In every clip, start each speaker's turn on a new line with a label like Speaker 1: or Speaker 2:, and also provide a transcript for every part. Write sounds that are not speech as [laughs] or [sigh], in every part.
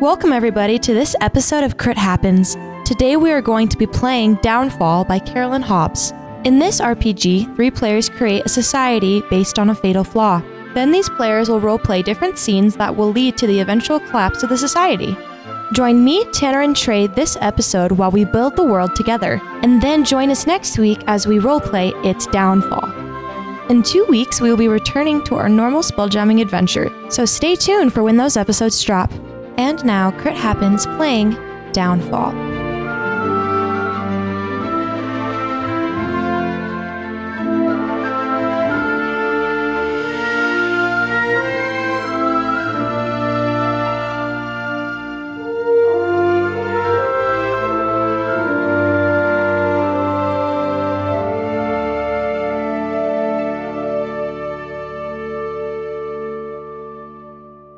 Speaker 1: Welcome, everybody, to this episode of Crit Happens. Today, we are going to be playing Downfall by Carolyn Hobbs. In this RPG, three players create a society based on a fatal flaw. Then, these players will roleplay different scenes that will lead to the eventual collapse of the society. Join me, Tanner, and Trey this episode while we build the world together, and then join us next week as we roleplay its downfall. In two weeks, we will be returning to our normal spelljamming adventure, so stay tuned for when those episodes drop. And now, Crit Happens playing Downfall.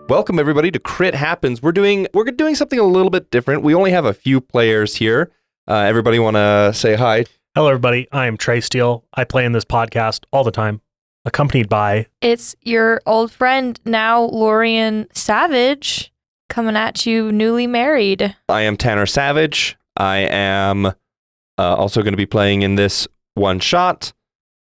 Speaker 2: Welcome everybody to Crit Happens. We're doing we're doing something a little bit different. We only have a few players here. Uh, everybody want to say hi?
Speaker 3: Hello, everybody. I am Trey Steele. I play in this podcast all the time, accompanied by
Speaker 4: It's your old friend now, Lorian Savage, coming at you newly married.
Speaker 2: I am Tanner Savage. I am uh, also going to be playing in this one shot.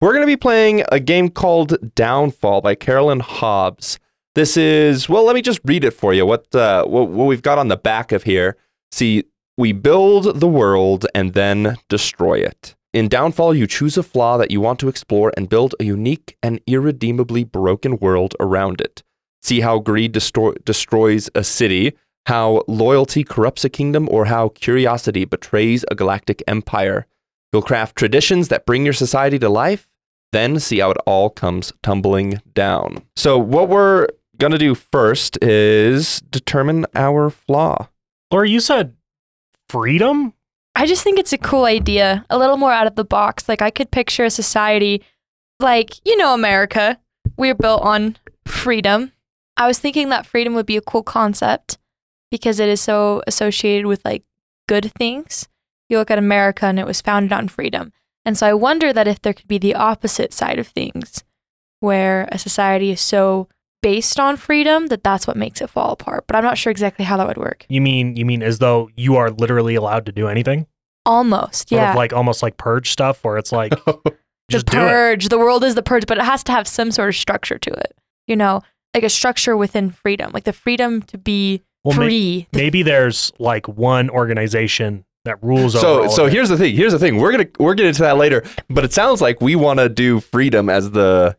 Speaker 2: We're going to be playing a game called Downfall by Carolyn Hobbs. This is well. Let me just read it for you. What uh, what, what we've got on the back of here. See, we build the world and then destroy it. In Downfall, you choose a flaw that you want to explore and build a unique and irredeemably broken world around it. See how greed destroy- destroys a city, how loyalty corrupts a kingdom, or how curiosity betrays a galactic empire. You'll craft traditions that bring your society to life, then see how it all comes tumbling down. So, what we're going to do first is determine our
Speaker 3: [laughs]
Speaker 2: flaw.
Speaker 3: Laura. You said freedom?
Speaker 4: I just think it's a cool idea, a little more out of the box. Like, I could picture a society like, you know, America. We're built on freedom. I was thinking that freedom would be a cool concept because it is so associated with like good things. You look at America and it was founded on freedom. And so I wonder that if there could be the opposite side of things where a society is so based on freedom that that's what makes it fall apart. But I'm not sure exactly how that would work.
Speaker 3: You mean you mean as though you are literally allowed to do anything?
Speaker 4: Almost,
Speaker 3: Sort
Speaker 4: yeah.
Speaker 3: of like almost like purge stuff where
Speaker 4: [laughs]
Speaker 3: it's like just
Speaker 4: the
Speaker 3: do it.
Speaker 4: purge. The world is the purge, but it has to have some sort of structure to it. You know, like a structure within freedom, like the freedom to be
Speaker 3: Well, may-
Speaker 4: free.
Speaker 3: Maybe there's like one organization that rules over
Speaker 2: So,
Speaker 3: all
Speaker 2: so
Speaker 3: of it.
Speaker 2: here's the thing. Here's the thing. We're gonna we're getting to that later. But it sounds like we want to do freedom as the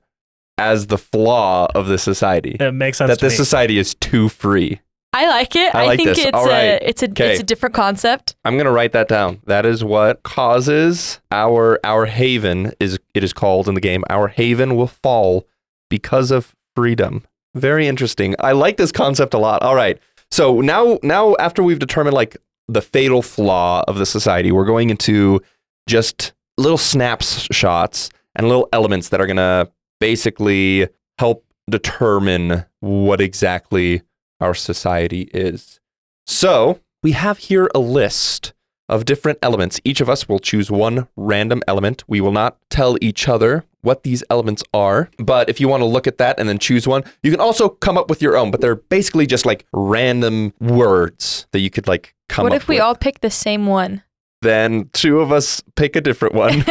Speaker 2: as the flaw of the society.
Speaker 3: it makes sense
Speaker 2: That
Speaker 3: to
Speaker 2: this
Speaker 3: me.
Speaker 2: society is too free.
Speaker 4: I like it.
Speaker 2: I
Speaker 4: I,
Speaker 2: like
Speaker 4: think
Speaker 2: this.
Speaker 4: it's
Speaker 2: All right.
Speaker 4: a it's a
Speaker 2: Okay.
Speaker 4: it's a different concept.
Speaker 2: I'm gonna write that down. That is what causes our our haven is it is called in the game. Our haven will fall because of freedom. Very interesting. I like this concept a lot. All right. So now now after we've determined like the fatal flaw of the society, we're going into just little snaps shots and little elements that are gonna basically help determine what exactly our society is. So we have here a list of different elements. Each of us will choose one random element. We will not tell each other what these elements are, but if you want to look at that and then choose one, you can also come up with your own, but they're basically just like random words that you could like come
Speaker 4: what
Speaker 2: up
Speaker 4: if we
Speaker 2: with.
Speaker 4: all pick the same one? [laughs]
Speaker 2: then two of us pick a different one.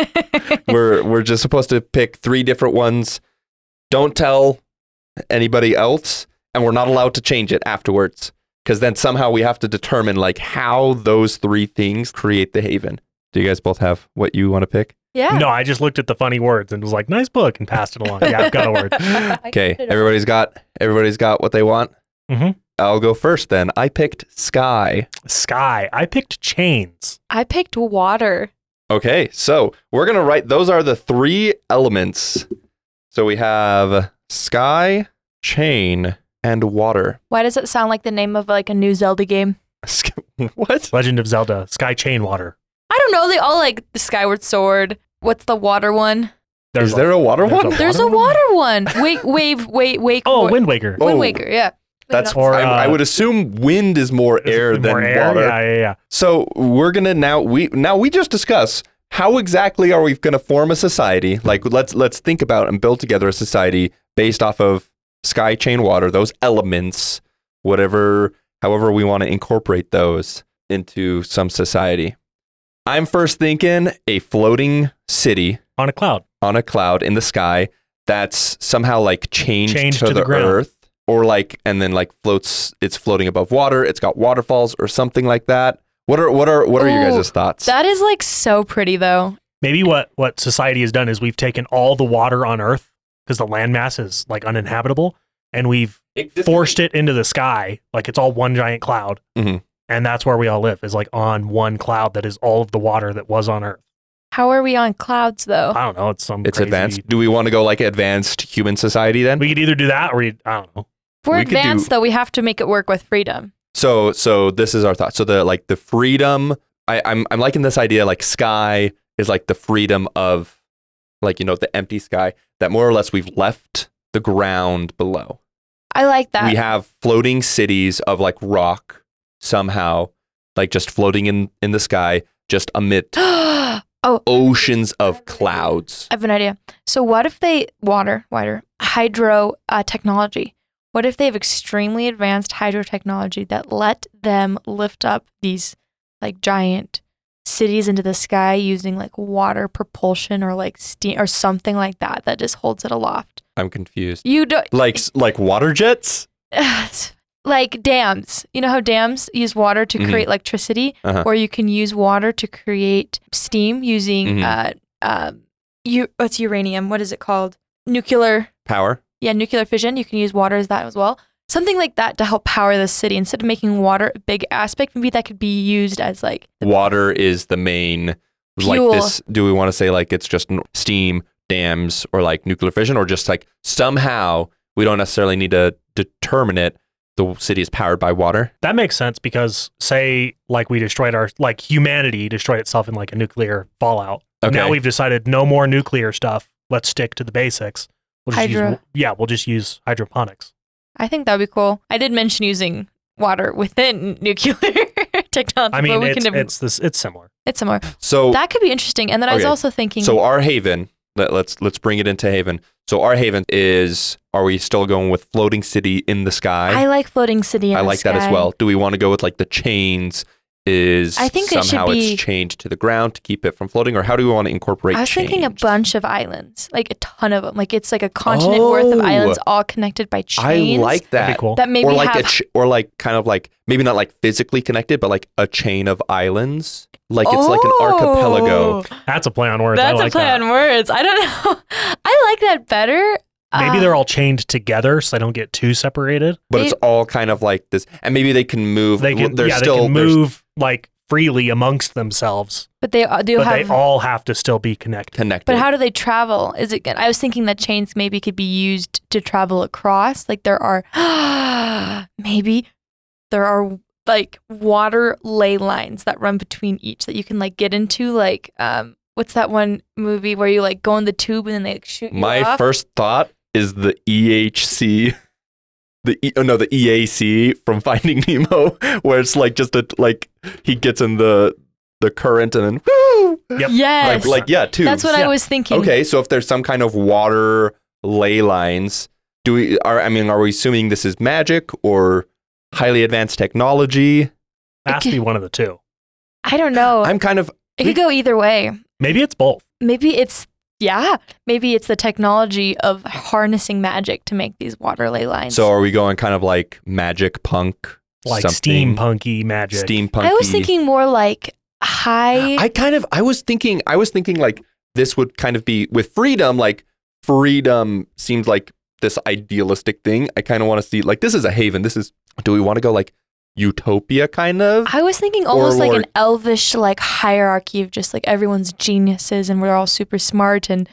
Speaker 2: we're we're just supposed to pick three different ones. Don't tell anybody else, and we're not allowed to change it afterwards because then somehow we have to determine like how those three things create the haven. Do you guys both have what you want to pick?
Speaker 4: [laughs] yeah.
Speaker 3: No, I just looked at the funny words and was like, nice book, and passed it along. Yeah, I've got a
Speaker 4: [laughs]
Speaker 3: word.
Speaker 2: [laughs] Okay, everybody's got everybody's got what they want.
Speaker 3: Mhm.
Speaker 2: I'll go first then. I picked sky.
Speaker 3: Sky. I picked chains.
Speaker 4: I picked water.
Speaker 2: Okay, so we're gonna write. Those are the three elements. So we have sky, chain, and water.
Speaker 4: Why does it sound like the name of like a new Zelda game?
Speaker 2: [laughs] what?
Speaker 3: Legend of Zelda. Sky chain water.
Speaker 4: I don't know. They all like the Skyward Sword. What's the water one?
Speaker 3: There's
Speaker 2: Is there a water
Speaker 3: there's
Speaker 2: one?
Speaker 3: a-
Speaker 4: There's a
Speaker 3: Water
Speaker 4: water one. Wake, wave, wait, wake.
Speaker 3: Oh,
Speaker 4: wa-
Speaker 3: Wind Waker.
Speaker 2: [laughs] Oh,
Speaker 4: Wind Waker. Yeah.
Speaker 2: That's
Speaker 3: Or,
Speaker 2: I, I
Speaker 3: uh,
Speaker 2: would assume wind is more
Speaker 3: Is it
Speaker 2: air than
Speaker 3: more air?
Speaker 2: water.
Speaker 3: Yeah, yeah, yeah.
Speaker 2: So we're gonna now we now we just discuss how exactly are we gonna form a society? Like let's let's think about and build together a society based off of sky chain water, those elements, whatever however we want to incorporate those into some society. I'm first thinking a floating city
Speaker 3: on a cloud.
Speaker 2: on a cloud in the sky that's somehow like changed,
Speaker 3: Changed
Speaker 2: to,
Speaker 3: to the
Speaker 2: the,
Speaker 3: ground.
Speaker 2: earth or like and then like floats it's floating above water, it's got waterfalls or something like that. What are what are what are your
Speaker 4: Ooh,
Speaker 2: guys' thoughts?
Speaker 4: That is like so pretty though.
Speaker 3: Maybe what what society has done is we've taken all the water on Earth because the landmass is like uninhabitable, and we've forced it into the sky like it's all one giant cloud,
Speaker 2: Mhm.
Speaker 3: and that's where we all live is like on one cloud that is all of the water that was on Earth.
Speaker 4: How are we on clouds though?
Speaker 2: Uh,
Speaker 3: I don't know. It's some.
Speaker 2: it's
Speaker 3: crazy-
Speaker 2: advanced. Do we want to go like advanced human society then?
Speaker 3: We could either do that or we, I don't know.
Speaker 4: If we're
Speaker 2: we could do-
Speaker 4: advanced though, we have to make it work with freedom.
Speaker 2: So so this is our thought. So the like the freedom I, I'm I'm liking this idea like sky is like the freedom of like you know the empty sky that more or less we've left the ground below.
Speaker 4: I like that.
Speaker 2: We have floating cities of like rock somehow like just floating in in the sky just
Speaker 4: [gasps]
Speaker 2: amid
Speaker 4: [gasps] oh,
Speaker 2: oceans of clouds.
Speaker 4: I have an idea. So what if they water, water, hydro uh, technology? What if they have extremely advanced hydro technology that let them lift up these like giant cities into the sky using like water propulsion or like steam or something like that that just holds it aloft?
Speaker 2: I'm confused.
Speaker 4: You don't
Speaker 2: Like like water jets?
Speaker 4: [sighs] like dams. You know how dams use water to
Speaker 3: Mm-hmm.
Speaker 2: Mhm.
Speaker 4: create electricity,
Speaker 2: Uh-huh.
Speaker 4: or you can use water to create steam using
Speaker 3: Mm-hmm.
Speaker 2: Mhm.
Speaker 4: uh, um, u- what's uranium? What is it called? Nuclear.
Speaker 2: Power?
Speaker 4: Yeah, nuclear fission. You can use water as that as well. Something like that to help power the city. Instead of making water a big aspect, maybe that could be used as like
Speaker 2: water is the main
Speaker 4: Fuel.
Speaker 2: like this do we want to say like it's just n- steam dams or like nuclear fission or just like somehow we don't necessarily need to determine it the city is powered by water
Speaker 3: That makes sense because say like we destroyed our like humanity destroyed itself in like a nuclear fallout.
Speaker 2: okay
Speaker 3: Now we've decided no more nuclear stuff. Let's stick to the basics. We'll just Use,
Speaker 4: Hydro.
Speaker 3: yeah, we'll just use hydroponics.
Speaker 4: I think that'd be cool. I did mention using water within [laughs] nuclear technology.
Speaker 3: I mean,
Speaker 4: but we
Speaker 3: it's
Speaker 4: can,
Speaker 3: it's this it's similar.
Speaker 4: it's similar.
Speaker 2: so
Speaker 4: That could be interesting. And then I was
Speaker 2: Okay.
Speaker 4: also thinking.
Speaker 2: so our haven let, let's let's bring it into haven so our haven is are we still going with floating city in the sky
Speaker 4: I like floating city. In
Speaker 2: I
Speaker 4: the
Speaker 2: like that as
Speaker 4: sky.
Speaker 2: well do we want to go with like the chains is
Speaker 4: I think it should
Speaker 2: somehow
Speaker 4: be-
Speaker 2: it's chained to the ground to keep it from floating or how do we want to incorporate
Speaker 4: I was thinking a
Speaker 2: chains?
Speaker 4: bunch of islands, like a ton of them. Like it's like a continent worth of
Speaker 2: Oh.
Speaker 4: islands, all connected by chains.
Speaker 2: I like
Speaker 3: That'd
Speaker 2: that.
Speaker 3: be cool.
Speaker 4: that. Maybe
Speaker 2: or like
Speaker 4: have
Speaker 2: a ch- or like kind of like maybe not like physically connected, but like a chain of islands. Like it's like an archipelago.
Speaker 4: Oh,
Speaker 3: That's a play on words. I
Speaker 4: That's
Speaker 3: like
Speaker 4: a play
Speaker 3: that.
Speaker 4: on words. I don't know. [laughs] I like that better.
Speaker 3: Maybe
Speaker 4: Uh,
Speaker 3: they're all chained together so they don't get too separated.
Speaker 2: But it's all kind of like this, and maybe they can move.
Speaker 3: They can
Speaker 2: There's
Speaker 3: yeah,
Speaker 2: still
Speaker 3: they can
Speaker 2: there's
Speaker 3: move like freely amongst themselves,
Speaker 4: but they uh, do
Speaker 3: but
Speaker 4: have.
Speaker 3: they all have to still be connected.
Speaker 2: connected.
Speaker 4: but how do they travel? Is it? I was thinking that chains maybe could be used to travel across. Like there are, [gasps] maybe there are like water ley lines that run between each that you can like get into. Like um, what's that one movie where you like go in the tube and then they like, [laughs] shoot you
Speaker 2: My
Speaker 4: off?
Speaker 2: first thought is the EHC, the e- oh no, the EAC from [laughs] Finding Nemo, where it's like just a like he gets in the the current and then woo,
Speaker 3: Yep.
Speaker 4: Yes,
Speaker 2: like like yeah, two.
Speaker 4: that's what I
Speaker 3: Yeah.
Speaker 4: was thinking.
Speaker 2: Okay, so if there's some kind of water ley lines, do we are I mean, are we assuming this is magic or highly advanced technology?
Speaker 3: Has to be one of the two.
Speaker 4: I don't know.
Speaker 2: I'm kind of
Speaker 4: it could go either way.
Speaker 3: Maybe it's both.
Speaker 4: Maybe it's yeah. Maybe it's the technology of harnessing magic to make these water ley lines.
Speaker 2: so are we going kind of like magic punk?
Speaker 3: Like
Speaker 2: something,
Speaker 3: steampunky magic.
Speaker 2: Steampunk.
Speaker 4: I was thinking more like high.
Speaker 2: I kind of I was thinking I was thinking like this would kind of be with freedom, like freedom seems like this idealistic thing. I kind of want to see like this is a haven. This is do we want to go like utopia kind of?
Speaker 4: I was thinking almost like
Speaker 2: more-
Speaker 4: an elvish like hierarchy of just like everyone's geniuses and we're all super smart and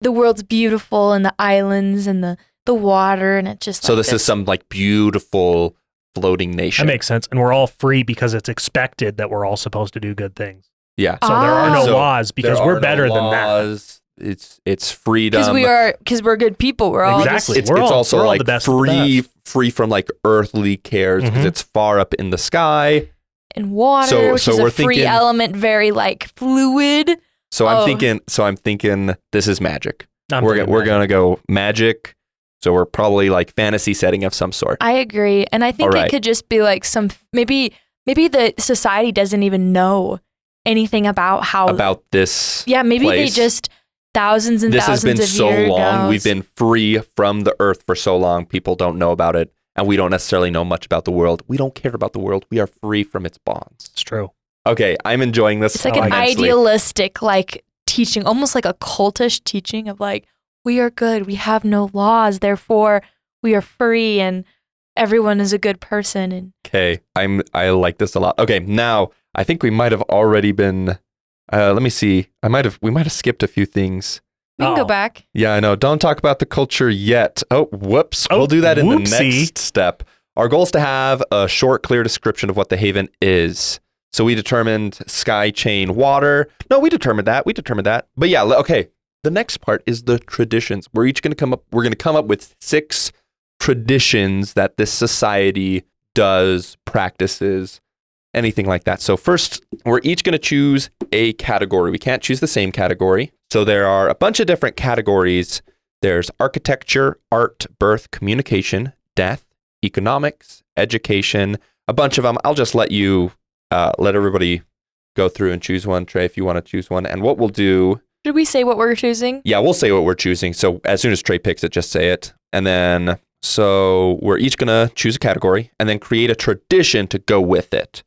Speaker 4: the world's beautiful and the islands and the the water and it just
Speaker 2: so
Speaker 4: like
Speaker 2: this is some like beautiful floating nation.
Speaker 3: That makes sense. And we're all free because it's expected that we're all supposed to do good things.
Speaker 2: Yeah.
Speaker 3: So there are no
Speaker 2: Ah. So
Speaker 3: laws because we're better than that.
Speaker 2: that. It's it's freedom.
Speaker 4: because we are because we're good people we're all just-
Speaker 3: Exactly.
Speaker 2: It's,
Speaker 3: We're
Speaker 2: it's
Speaker 3: all-
Speaker 2: also
Speaker 3: we're all
Speaker 2: like
Speaker 3: the best of the
Speaker 2: free free from like earthly cares because
Speaker 3: Mhm.
Speaker 2: it's far up in the sky.
Speaker 4: in water
Speaker 2: So-
Speaker 4: which
Speaker 2: so
Speaker 4: is a
Speaker 2: we're
Speaker 4: free
Speaker 2: thinking-
Speaker 4: element very like fluid
Speaker 2: So I'm
Speaker 4: Oh.
Speaker 2: thinking. So I'm thinking this is magic.
Speaker 3: I'm
Speaker 2: we're
Speaker 3: thinking
Speaker 2: we're
Speaker 3: that.
Speaker 2: gonna go magic. So we're probably like fantasy setting of some sort.
Speaker 4: I agree, and I think
Speaker 2: Alright.
Speaker 4: it could just be like some maybe maybe the society doesn't even know anything about how.
Speaker 2: about this.
Speaker 4: yeah, maybe
Speaker 2: place.
Speaker 4: they just thousands and
Speaker 2: this has
Speaker 4: thousands
Speaker 2: been
Speaker 4: of
Speaker 2: so
Speaker 4: years
Speaker 2: long.
Speaker 4: ago-
Speaker 2: We've been free from the earth for so long. People don't know about it. And we don't necessarily know much about the world. We don't care about the world. We are free from its bonds.
Speaker 3: It's true.
Speaker 2: Okay, I'm enjoying this.
Speaker 4: It's like
Speaker 3: I
Speaker 4: an
Speaker 2: immensely.
Speaker 4: idealistic, like teaching, almost like a cultish teaching of like, we are good, we have no laws, therefore we are free, and everyone is a good person. And
Speaker 2: Okay, I'm I like this a lot. Okay, now I think we might have already been. Uh, let me see. I might have we might have skipped a few things.
Speaker 4: we can
Speaker 3: Oh.
Speaker 4: go back.
Speaker 2: Yeah, I know. Don't talk about the culture yet. Oh, whoops.
Speaker 3: Oh,
Speaker 2: we'll do that in the
Speaker 3: whoopsie.
Speaker 2: next step. Our goal is to have a short, clear description of what the haven is. So we determined sky, chain, water. No, we determined that. We determined that. But yeah, le- okay. The next part is the traditions. We're each going to come up. We're going to come up with six traditions that this society does, practices, anything like that. So first, we're each going to choose a category. We can't choose the same category. So there are a bunch of different categories. There's architecture, art, birth, communication, death, economics, education, a bunch of them. I'll just let you uh, let everybody go through and choose one, Trey, if you want to choose one. And what we'll do,
Speaker 4: Should we say what we're choosing?
Speaker 2: yeah, we'll say what we're choosing. So as soon as Trey picks it, just say it. And then, so we're each going to choose a category and then create a tradition to go with it.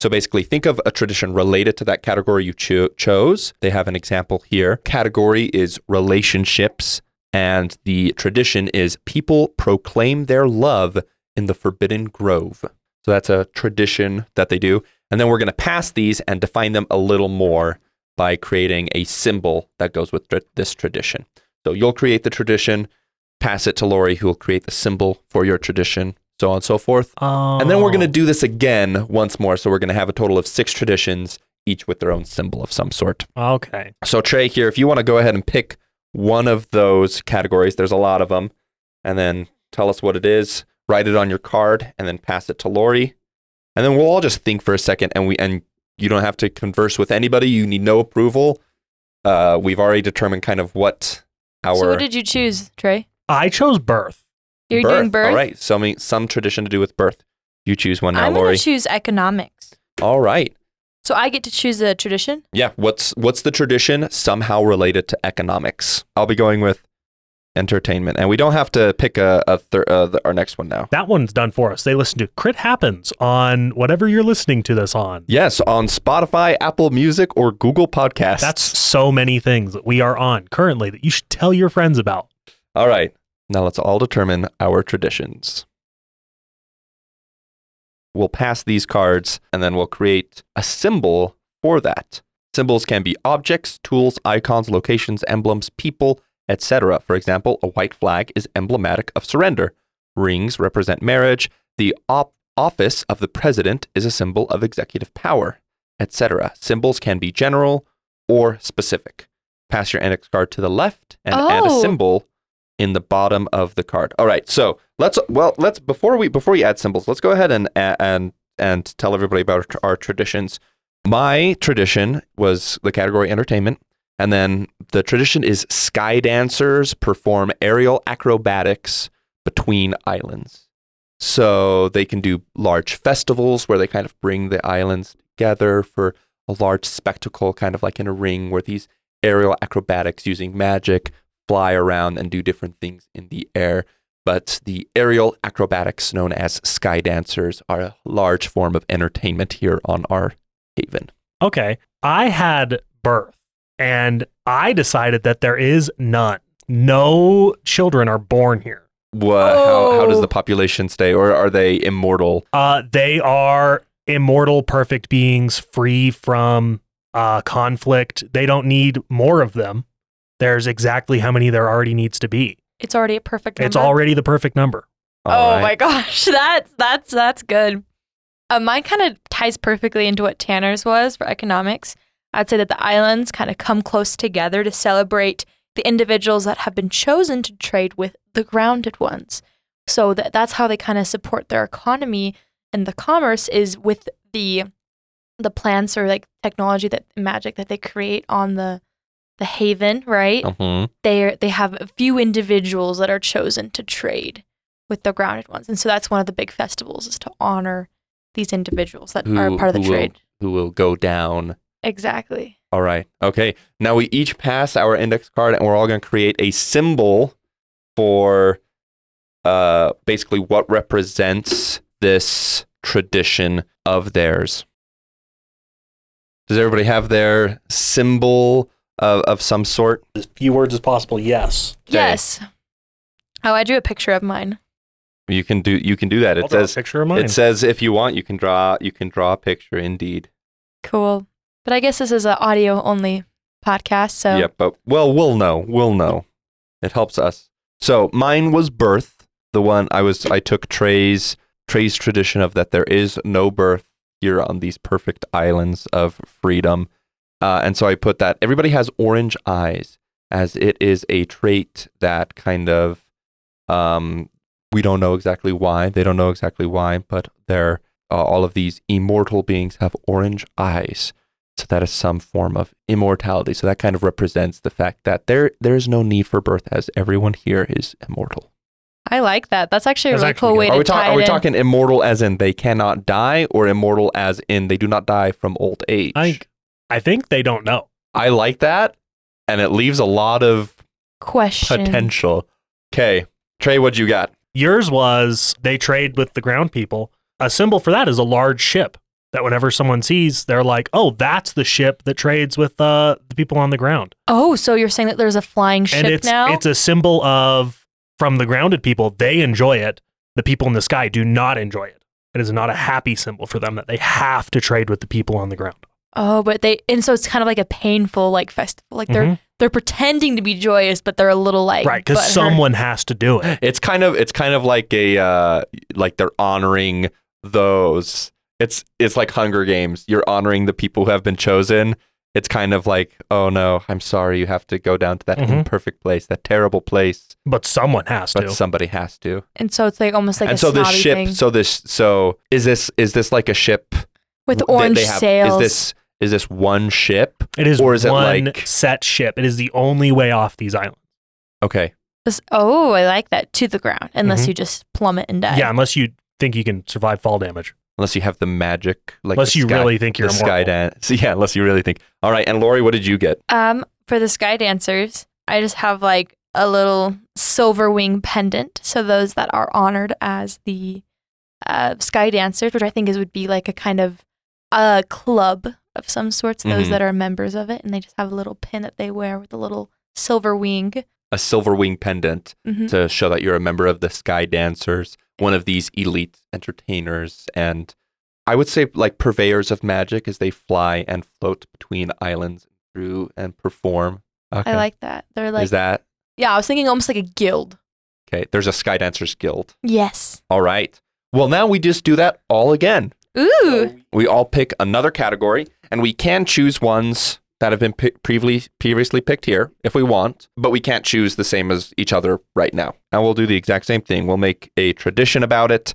Speaker 2: So basically, think of a tradition related to that category you cho- chose. They have an example here. Category is relationships, and the tradition is people proclaim their love in the Forbidden Grove. So that's a tradition that they do. And then we're going to pass these and define them a little more by creating a symbol that goes with tr- this tradition. So you'll create the tradition, pass it to Lori, who will create the symbol for your tradition, so on and so forth.
Speaker 3: Oh.
Speaker 2: And then we're going to do this again once more. So we're going to have a total of six traditions, each with their own symbol of some sort.
Speaker 3: Okay.
Speaker 2: So, Trey, here, if you want to go ahead and pick one of those categories, there's a lot of them, and then tell us what it is, write it on your card, and then pass it to Lori. And then we'll all just think for a second, and we and you don't have to converse with anybody. You need no approval. Uh, we've already determined kind of what our
Speaker 4: so what did you choose, Trey?
Speaker 3: I chose birth.
Speaker 4: You're doing birth.
Speaker 2: All right, so I mean, some tradition to do with birth. You choose one now,
Speaker 4: I'm
Speaker 2: Lori.
Speaker 4: gonna choose economics.
Speaker 2: all right.
Speaker 4: So I get to choose a tradition.
Speaker 2: Yeah, what's what's the tradition somehow related to economics? I'll be going with entertainment, and we don't have to pick a, a thir- uh, the, our next one now.
Speaker 3: That one's done for us. They listen to Crit Happens on whatever you're listening to this on.
Speaker 2: Yes, on Spotify, Apple Music, or Google Podcasts.
Speaker 3: That's so many things that we are on currently that you should tell your friends about.
Speaker 2: all right. Now let's all determine our traditions. We'll pass these cards, and then we'll create a symbol for that. Symbols can be objects, tools, icons, locations, emblems, people, etc. For example, a white flag is emblematic of surrender. Rings represent marriage. The op- office of the president is a symbol of executive power, etc. Symbols can be general or specific. Pass your index card to the left and add a
Speaker 4: Oh.
Speaker 2: symbol in the bottom of the card. All right, so let's well let's before we before we add symbols, let's go ahead and and and tell everybody about our traditions. My tradition was the category entertainment. And then the tradition is sky dancers perform aerial acrobatics between islands. So they can do large festivals where they kind of bring the islands together for a large spectacle, kind of like in a ring, where these aerial acrobatics using magic fly around and do different things in the air. But the aerial acrobatics, known as sky dancers, are a large form of entertainment here on our haven.
Speaker 3: Okay. I had birth and I decided that there is none. No children are born here.
Speaker 2: What, how, how does
Speaker 4: Oh.
Speaker 2: the population stay, or are they immortal?
Speaker 3: Uh, they are immortal, perfect beings, free from uh, conflict. They don't need more of them. There's exactly how many there already needs to be.
Speaker 4: It's already a perfect.
Speaker 3: It's
Speaker 4: number.
Speaker 3: already the perfect number.
Speaker 4: Oh
Speaker 2: Alright.
Speaker 4: my gosh, [laughs] that's that's that's good. Uh, mine kind of ties perfectly into what Tanner's was for economics. I'd say that the islands kind of come close together to celebrate the individuals that have been chosen to trade with the grounded ones. So that that's how they kind of support their economy and the commerce is with the the plants or like technology that magic that they create on the the Haven, right?
Speaker 2: Uh-huh.
Speaker 4: They are, they have a few individuals that are chosen to trade with the grounded ones, and so that's one of the big festivals is to honor these individuals that are part of the
Speaker 2: who will-
Speaker 4: trade.
Speaker 2: who will go down
Speaker 4: Exactly.
Speaker 2: All right. Okay. Now we each pass our index card and we're all going to create a symbol for uh, basically what represents this tradition of theirs. Does everybody have their symbol of, of some sort?
Speaker 5: As few words as possible, yes.
Speaker 2: Okay.
Speaker 4: Yes. Oh, I drew a picture of mine.
Speaker 2: You can do you can do that. It
Speaker 3: I'll draw a
Speaker 2: says
Speaker 3: picture of mine.
Speaker 2: it says if you want you can draw you can draw a picture indeed.
Speaker 4: Cool. But I guess this is an audio only podcast, so
Speaker 2: Yep. But well, we'll know. We'll know. It helps us. So mine was birth. The one I was. I took Trey's Trey's tradition of that there is no birth here on these perfect islands of freedom, uh, and so I put that everybody has orange eyes as it is a trait that kind of um, we don't know exactly why they don't know exactly why, but they're uh, all of these immortal beings have orange eyes. So that is some form of immortality. So that kind of represents the fact that there there is no need for birth, as everyone here is immortal.
Speaker 4: I like that. That's actually a
Speaker 3: That's
Speaker 4: really
Speaker 3: actually
Speaker 4: cool
Speaker 3: good.
Speaker 4: way
Speaker 2: are
Speaker 4: to
Speaker 2: we, talk-
Speaker 4: tie
Speaker 2: are
Speaker 4: it
Speaker 2: we
Speaker 4: in.
Speaker 2: talking immortal as in they cannot die, or immortal as in they do not die from old age?
Speaker 3: I think I think they don't know.
Speaker 2: I like that, and it leaves a lot of
Speaker 4: Question.
Speaker 2: potential. Okay, Trey, what you got?
Speaker 3: Yours was they trade with the ground people. A symbol for that is a large ship that whenever someone sees, they're like, "Oh, that's the ship that trades with uh, the people on the ground."
Speaker 4: Oh, so you're saying that there's a flying ship
Speaker 3: and it's
Speaker 4: now?
Speaker 3: it's a symbol of from the grounded people. They enjoy it. The people in the sky do not enjoy it. It is not a happy symbol for them that they have to trade with the people on the ground.
Speaker 4: oh, but they and so it's kind of like a painful like festival. Like they're
Speaker 2: Mm-hmm.
Speaker 3: Mhm.
Speaker 4: they're pretending to be joyous, but they're a little like
Speaker 3: right, because
Speaker 4: butthurt.
Speaker 3: someone has to do it.
Speaker 2: It's kind of it's kind of like a uh, like they're honoring those. It's it's like Hunger Games. You're honoring the people who have been chosen. It's kind of like, oh no, I'm sorry, you have to go down to that
Speaker 3: Mhm.
Speaker 2: imperfect place, that terrible place,
Speaker 3: But someone has
Speaker 2: but
Speaker 3: to.
Speaker 2: somebody has to.
Speaker 4: and so it's like almost like
Speaker 2: and
Speaker 4: a
Speaker 2: so this
Speaker 4: snobby
Speaker 2: ship,
Speaker 4: thing
Speaker 2: so this, so is this is this like a ship
Speaker 4: with
Speaker 2: w- that
Speaker 4: orange
Speaker 2: they have-
Speaker 4: sails.
Speaker 2: Is this is this one ship?
Speaker 3: it is
Speaker 2: or is it
Speaker 3: one
Speaker 2: like-
Speaker 3: set ship. It is the only way off these islands.
Speaker 2: Okay,
Speaker 4: This- oh, I like that to the ground, unless
Speaker 2: Mm-hmm.
Speaker 4: you just plummet and die.
Speaker 3: Yeah, unless you think you can survive fall damage.
Speaker 2: unless you have the magic, like
Speaker 3: unless
Speaker 2: the
Speaker 3: you
Speaker 2: sky,
Speaker 3: really think you're
Speaker 2: the sky
Speaker 3: immortal.
Speaker 2: dance. [laughs] Yeah, unless you really think. All right, and Lori, what did you get?
Speaker 4: Um, for the sky dancers, I just have like a little silver wing pendant. So those that are honored as the uh, sky dancers, which I think is would be like a kind of uh, club of some sorts. Those
Speaker 2: Mhm.
Speaker 4: that are members of it, and they just have a little pin that they wear with a little silver wing.
Speaker 2: A silver wing pendant.
Speaker 4: Mhm.
Speaker 2: to show that you're a member of the Sky Dancers, one of these elite entertainers, and I would say like purveyors of magic as they fly and float between islands through and perform. Okay.
Speaker 4: I like that. They're like,
Speaker 2: Is that
Speaker 4: yeah, I was thinking almost like a guild.
Speaker 2: okay? There's a Sky Dancers Guild.
Speaker 4: Yes.
Speaker 2: All right. Well, now we just do that all again.
Speaker 4: Ooh.
Speaker 2: We all pick another category, and we can choose ones that have been pi- previously previously picked here if we want, but we can't choose the same as each other right now. And we'll do the exact same thing. We'll make a tradition about it.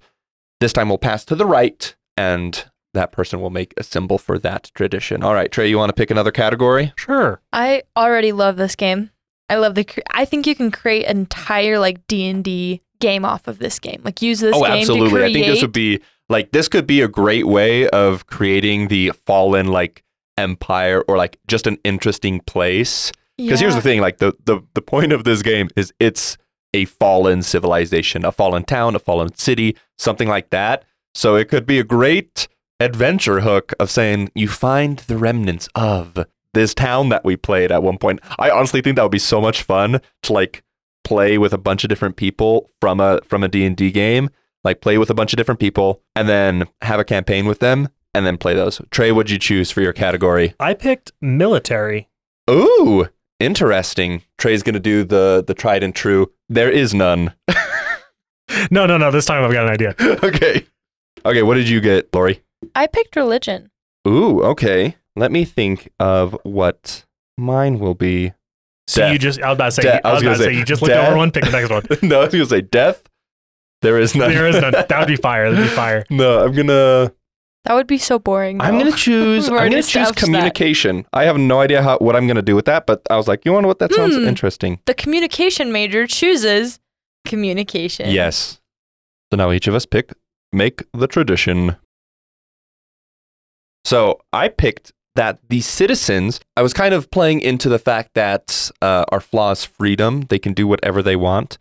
Speaker 2: This time we'll pass to the right, and that person will make a symbol for that tradition. All right, Trey, you want to pick another category?
Speaker 3: Sure.
Speaker 4: I already love this game. I love the. cre- I think you can create an entire like D and D game off of this game. Like use this
Speaker 2: oh,
Speaker 4: game to
Speaker 2: absolutely. I
Speaker 4: create.
Speaker 2: think this would be like this could be a great way of creating the fallen like empire or like just an interesting place Because here's the thing, like the, the the point of this game is it's a fallen civilization, a fallen town, a fallen city, something like that. So it could be a great adventure hook of saying you find the remnants of this town that we played at one point. I honestly think that would be so much fun to like play with a bunch of different people from a from a D&D game, like play with a bunch of different people and then have a campaign with them and then play those. Trey, what'd you choose for your category?
Speaker 3: I picked military.
Speaker 2: Ooh, interesting. Trey's gonna do the the tried and true. There is none. [laughs]
Speaker 3: No, no, no. This time I've got an idea.
Speaker 2: okay. Okay, what did you get, Lori?
Speaker 4: I picked religion.
Speaker 2: Ooh, okay. Let me think of what mine will be.
Speaker 3: So
Speaker 2: Death.
Speaker 3: you just, I was about to say,
Speaker 2: Death.
Speaker 3: I was about to say, you just looked over
Speaker 2: death.
Speaker 3: one, pick the next
Speaker 2: [laughs]
Speaker 3: one.
Speaker 2: [laughs] no, I was gonna say death. There is none. [laughs]
Speaker 3: there is none. That would be fire. That would be fire.
Speaker 2: No, I'm gonna
Speaker 4: That would be so boring.
Speaker 2: I'm
Speaker 4: though.
Speaker 2: gonna
Speaker 4: [laughs]
Speaker 2: choose.
Speaker 4: We've
Speaker 2: I'm
Speaker 4: already
Speaker 2: gonna choose
Speaker 4: established that.
Speaker 2: communication. I have no idea how what I'm gonna do with that, but I was like, you want to what? That sounds
Speaker 4: Hmm.
Speaker 2: interesting.
Speaker 4: The communication major chooses communication.
Speaker 2: Yes. So now each of us pick make the tradition. So I picked that the citizens. I was kind of playing into the fact that uh, our flaw is freedom. They can do whatever they want.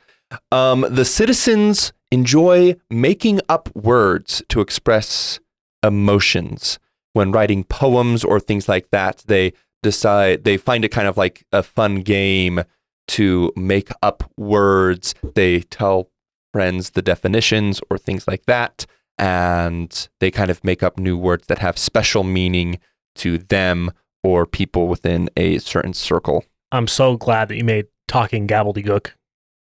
Speaker 2: Um, the citizens enjoy making up words to express emotions when writing poems or things like that. They decide they find it kind of like a fun game to make up words. They tell friends the definitions or things like that. And they kind of make up new words that have special meaning to them or people within a certain circle.
Speaker 3: I'm so glad that you made talking gobbledygook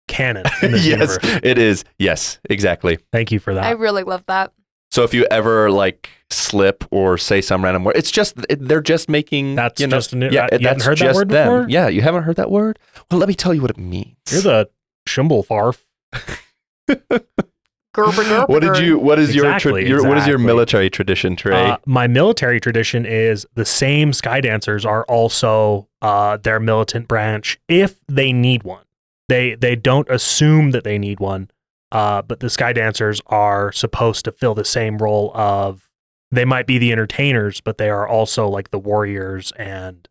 Speaker 3: canon in
Speaker 2: [laughs]
Speaker 3: this
Speaker 2: yes,
Speaker 3: universe.
Speaker 2: it is. Yes, exactly.
Speaker 3: Thank you for that.
Speaker 4: I really love that.
Speaker 2: So if you ever like slip or say some random word, it's just it- they're just making
Speaker 3: That's
Speaker 2: you know,
Speaker 3: just a new-
Speaker 2: yeah.
Speaker 3: uh, you
Speaker 2: that's
Speaker 3: hadn't heard that
Speaker 2: just
Speaker 3: word
Speaker 2: them.
Speaker 3: before?
Speaker 2: Yeah, you haven't heard that word. Well, let me tell you what it means.
Speaker 3: You're the shimble farf.
Speaker 4: Gerber, gerber,
Speaker 2: what did
Speaker 4: gerber.
Speaker 2: you? What is your,
Speaker 3: Exactly,
Speaker 2: tra- your what is your
Speaker 3: exactly.
Speaker 2: military tradition, Trey?
Speaker 3: Uh, my military tradition is the same sky dancers are also uh, their militant branch if they need one. They they don't assume that they need one, uh, but the sky dancers are supposed to fill the same role of they might be the entertainers, but they are also like the warriors and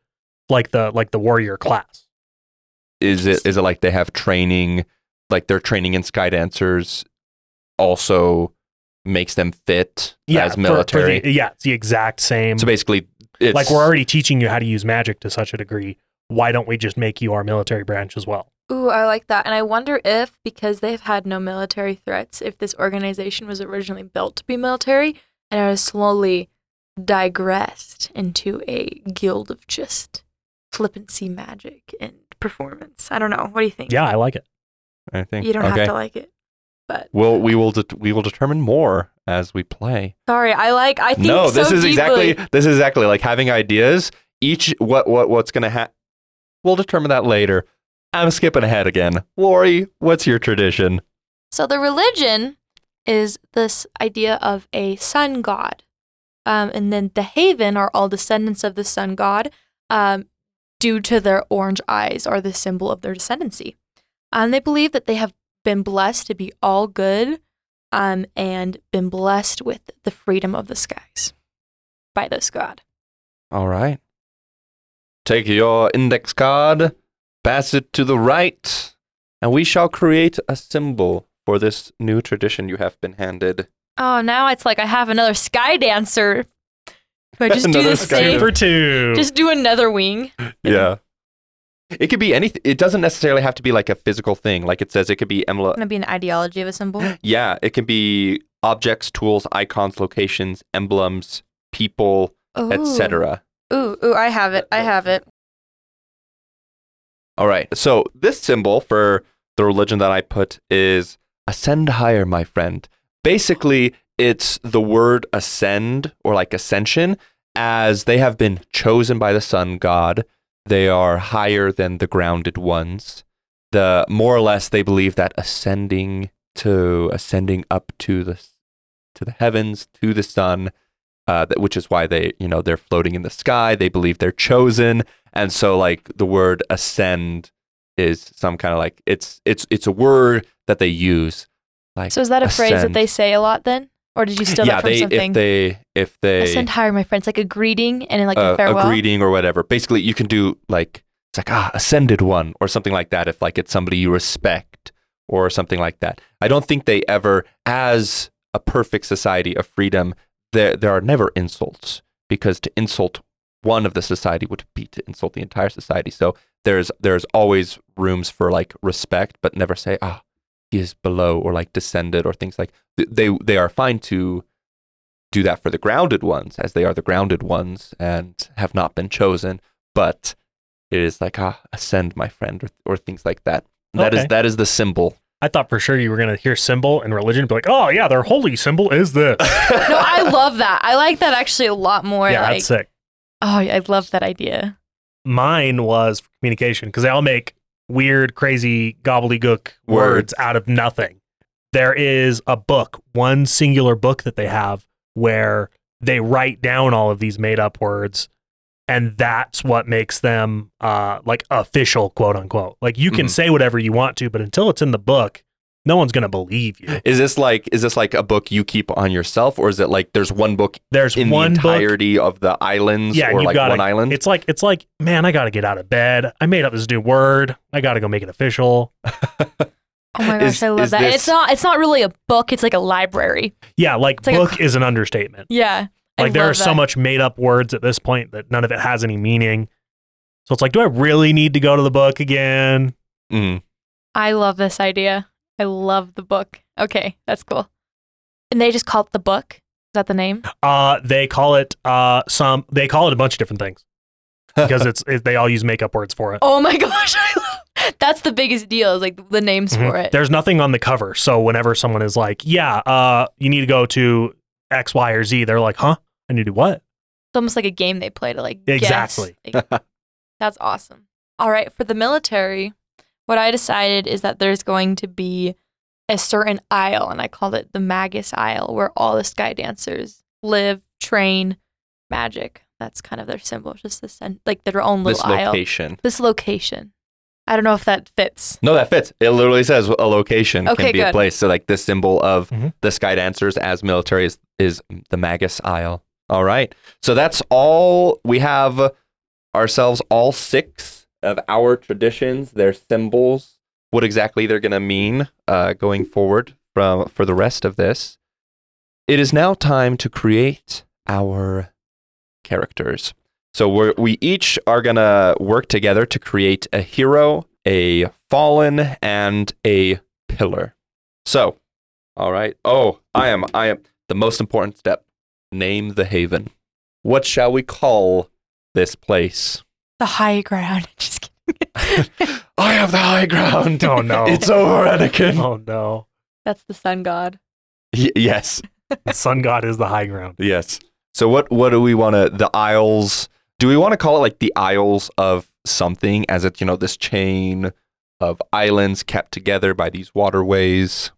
Speaker 3: like the like the warrior class.
Speaker 2: is it is it like they have training like their training in sky dancers also makes them fit
Speaker 3: Yeah,
Speaker 2: as
Speaker 3: for- for
Speaker 2: military
Speaker 3: the- yeah, it's the exact same.
Speaker 2: so basically it's
Speaker 3: like we're already teaching you how to use magic to such a degree. Why don't we just make you our military branch as well?
Speaker 4: Ooh, I like that. And I wonder if, because they've had no military threats, if this organization was originally built to be military and it has slowly digressed into a guild of just flippancy magic and performance. I don't know. What do you think?
Speaker 3: Yeah, I like it.
Speaker 2: i think
Speaker 4: You don't
Speaker 2: okay
Speaker 4: have to like it. But
Speaker 2: well we will det we will determine more as we play
Speaker 4: sorry, I like I think
Speaker 2: no
Speaker 4: so
Speaker 2: this is
Speaker 4: deeply.
Speaker 2: exactly this is exactly like having ideas each what what what's gonna happen we'll determine that later i'm skipping ahead again lori what's your tradition
Speaker 4: So the religion is this idea of a sun god. Um, and then the Haven are all descendants of the sun god um, due to their orange eyes are the symbol of their descendancy. Um, they believe that they have been blessed to be all good um, and been blessed with the freedom of the skies by this god.
Speaker 2: All right. Take your index card, pass it to the right, and we shall create a symbol for this new tradition you have been handed.
Speaker 4: Oh, now it's like I have another sky dancer. Do I just do
Speaker 2: [laughs] Another
Speaker 4: the
Speaker 2: sky
Speaker 4: same?
Speaker 2: dancer.
Speaker 3: for two.
Speaker 4: Just do another wing.
Speaker 2: Yeah. It could be anything. It doesn't necessarily have to be like a physical thing. Like it says, it could be emblem.
Speaker 4: Gonna be an ideology of a symbol.
Speaker 2: Yeah, it can be objects, tools, icons, locations, emblems, people, etc.
Speaker 4: Ooh, ooh, I have it. I have it.
Speaker 2: All right. So this symbol for the religion that I put is ascend higher, my friend. Basically, it's the word ascend or like ascension, as they have been chosen by the sun god. They are higher than the grounded ones. The more or less they believe that ascending to ascending up to the to the heavens to the sun, uh, that, which is why they you know they're floating in the sky. They believe they're chosen and so like the word ascend is some kind of like it's it's it's a word that they use like
Speaker 4: So is that a phrase that
Speaker 2: ascend.
Speaker 4: they say a lot then? Or did you steal
Speaker 2: yeah
Speaker 4: that from
Speaker 2: they
Speaker 4: something?
Speaker 2: if they if they
Speaker 4: Ascend higher, my friends, like a greeting and like
Speaker 2: uh,
Speaker 4: a farewell.
Speaker 2: greeting or whatever basically you can do like it's like ah ascended one or something like that if like it's somebody you respect or something like that i don't think they ever as a perfect society of freedom there there are never insults because to insult one of the society would be to insult the entire society. So there's there's always rooms for like respect, but never say ah he is below or like descended or things like th- they they are fine to do that for the grounded ones as they are the grounded ones and have not been chosen, but it is like ah ascend my friend or, or things like that. That is
Speaker 3: Okay.
Speaker 2: that is the symbol.
Speaker 3: I thought for sure you were gonna hear symbol and religion, and be like, oh yeah, their holy symbol is this.
Speaker 4: no, I love that. I like that actually a lot [laughs] more.
Speaker 3: yeah,
Speaker 4: like,
Speaker 3: that's sick.
Speaker 4: oh, yeah, I love that idea.
Speaker 3: Mine was communication because they all make weird, crazy gobbledygook words.
Speaker 2: Words.
Speaker 3: out of nothing. There is a book, one singular book that they have where they write down all of these made up words and that's what makes them uh like official quote unquote like you can
Speaker 2: Mhm.
Speaker 3: say whatever you want to but until it's in the book no one's going to believe you
Speaker 2: [laughs] Is this like is this like a book you keep on yourself, or is it like there's one book
Speaker 3: there's
Speaker 2: in
Speaker 3: one
Speaker 2: the
Speaker 3: book
Speaker 2: entirety of the islands
Speaker 3: Yeah, and
Speaker 2: or
Speaker 3: you
Speaker 2: like
Speaker 3: gotta-
Speaker 2: one island?
Speaker 3: it's like it's like man i got to get out of bed i made up this new word i got to go make it official
Speaker 4: Oh my gosh,
Speaker 2: Is-
Speaker 4: I
Speaker 2: is
Speaker 4: love that.
Speaker 2: this-
Speaker 4: It's not it's not really a book, it's like a library.
Speaker 3: yeah like
Speaker 4: It's like a
Speaker 3: book
Speaker 4: cr-
Speaker 3: is an understatement
Speaker 4: Yeah. I
Speaker 3: Like there
Speaker 4: love
Speaker 3: are so
Speaker 4: that.
Speaker 3: much made up words at this point that none of it has any meaning. So it's like, do I really need to go to the book again?
Speaker 2: Mm.
Speaker 4: I love this idea. I love the book. Okay, that's cool. And they just call it the book. Is that the
Speaker 2: [laughs]
Speaker 4: name?
Speaker 3: Uh, they call it uh some they call it a bunch of
Speaker 2: [laughs]
Speaker 3: different things because it's it, they all use make up words for it.
Speaker 4: Oh my [laughs] gosh, I love that's the biggest deal is like the names
Speaker 2: Mm-hmm.
Speaker 3: Mhm.
Speaker 4: for it.
Speaker 3: There's nothing on the cover, so whenever someone is like, yeah, uh, you need to go to X, Y, or Z, they're like, huh, I need to do
Speaker 2: [laughs]
Speaker 3: what?
Speaker 4: It's almost like a game they play to like guess.
Speaker 3: Exactly.
Speaker 4: Like, that's awesome. All right, for the military, what I decided is that there's going to be a certain aisle, and I called it the Magus Isle, where all the sky dancers live, train, magic. That's kind of their symbol, just this like their own little
Speaker 2: This
Speaker 4: aisle.
Speaker 2: location.
Speaker 4: This location. I don't know if that fits.
Speaker 2: No, that fits. It literally says a location
Speaker 4: Okay,
Speaker 2: can be a
Speaker 4: good.
Speaker 2: place. So like this symbol of
Speaker 3: Mhm.
Speaker 2: the Sky Dancers as military is, is the Magus Isle. All right. So that's all we have ourselves all six of our traditions, their symbols, what exactly they're going to mean uh, going forward from for the rest of this. It is now time to create our characters. So we're, we each are going to work together to create a hero, a fallen, and a pillar. So, all right. Oh, I am. I am. The most important step name the haven. What shall we call this place?
Speaker 4: The high ground. [laughs] Just kidding.
Speaker 2: [laughs] I have the high ground.
Speaker 3: Oh no.
Speaker 2: It's over, Anakin.
Speaker 3: oh no.
Speaker 4: That's the sun god.
Speaker 2: Y- yes.
Speaker 3: The sun god is the high ground.
Speaker 2: Yes. So what what do we want to the Isles? Do we want to call it like the Isles of something as it's, you know, this chain of islands kept together by these waterways?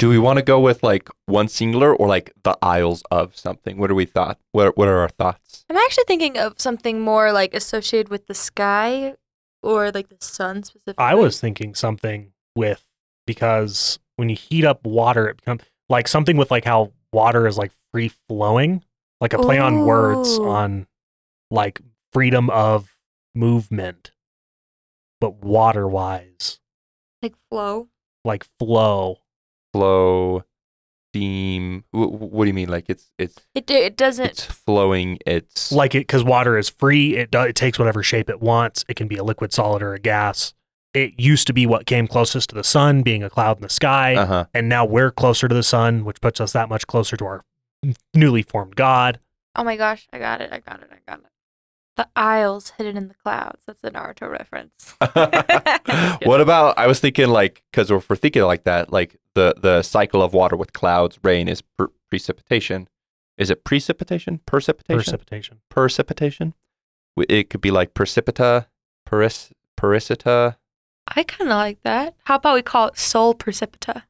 Speaker 2: Do we want to go with like one singular or like the Isles of something? What are we thought? What what are our thoughts?
Speaker 4: I'm actually thinking of something more like associated with the sky or like the sun specifically.
Speaker 3: I was thinking something with because when you heat up water, it becomes like something with like how water is like free flowing, like a play on words
Speaker 4: Ooh.
Speaker 3: on like freedom of movement, but water wise,
Speaker 4: like flow.
Speaker 3: like flow.
Speaker 2: Flow, theme. Wh- wh- what do you mean? Like it's it's
Speaker 4: It it
Speaker 2: it's
Speaker 4: doesn't.
Speaker 2: flowing. It's
Speaker 3: Like it, because water is free. It do, it takes whatever shape it wants. It can be a liquid, solid, or a gas. It used to be what came closest to the sun, being a cloud in the sky.
Speaker 2: uh huh.
Speaker 3: and now we're closer to the sun, which puts us that much closer to our newly formed God.
Speaker 4: Oh my gosh! I got it! I got it! I got it! The Isles hidden in the clouds. That's a Naruto
Speaker 3: [laughs]
Speaker 4: reference.
Speaker 2: what about I was thinking like because if we're thinking like that, like the the cycle of water with clouds, rain is per- precipitation. Is it precipitation? Precipitation.
Speaker 3: Precipitation.
Speaker 2: precipitation. W It could be like precipita, peris, pericita,
Speaker 4: [laughs] I kind of like that. How about we call it Soul Precipita?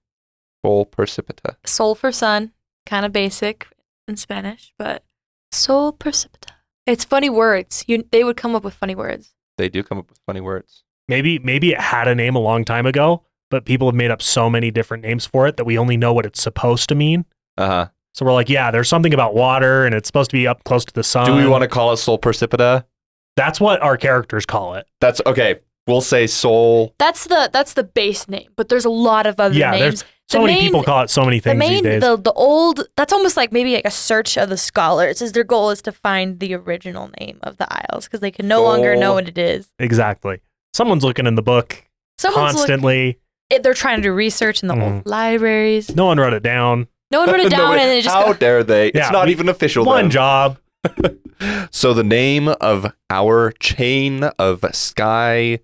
Speaker 2: full precipita.
Speaker 4: Soul for sun. Kind of basic in Spanish, but Soul Precipita. It's funny words. You they would come up with funny words.
Speaker 2: They do come up with funny words.
Speaker 3: Maybe maybe it had a name a long time ago, but people have made up so many different names for it that we only know what it's supposed to mean.
Speaker 2: Uh huh.
Speaker 3: So we're like, yeah, there's something about water, and it's supposed to be up close to the sun.
Speaker 2: Do we want to call it soul precipita?
Speaker 3: That's what our characters call it.
Speaker 2: That's okay. We'll say soul.
Speaker 4: That's the that's the base name, but there's a lot of other
Speaker 3: yeah,
Speaker 4: names.
Speaker 3: there's so
Speaker 4: The
Speaker 3: many
Speaker 4: main-
Speaker 3: people call it so many
Speaker 4: the
Speaker 3: things
Speaker 4: main
Speaker 3: these days.
Speaker 4: the, the old that's almost like maybe like a search of the scholars is their goal is to find the original name of the isles because they can no longer know
Speaker 3: Oh.
Speaker 2: Goal.
Speaker 4: what it is
Speaker 3: exactly. Someone's looking in the book
Speaker 4: someone's look,
Speaker 3: constantly. Mm.
Speaker 4: it- they're trying to do research in the old libraries
Speaker 3: no one wrote it down.
Speaker 4: no
Speaker 3: [laughs]
Speaker 2: [laughs]
Speaker 4: one wrote it down
Speaker 2: Nobody-
Speaker 4: and it just
Speaker 2: how
Speaker 4: go,
Speaker 2: dare they?
Speaker 3: Yeah,
Speaker 2: it's not
Speaker 3: we-
Speaker 2: even official.
Speaker 3: One
Speaker 2: then.
Speaker 3: job.
Speaker 2: So the name of our chain of sky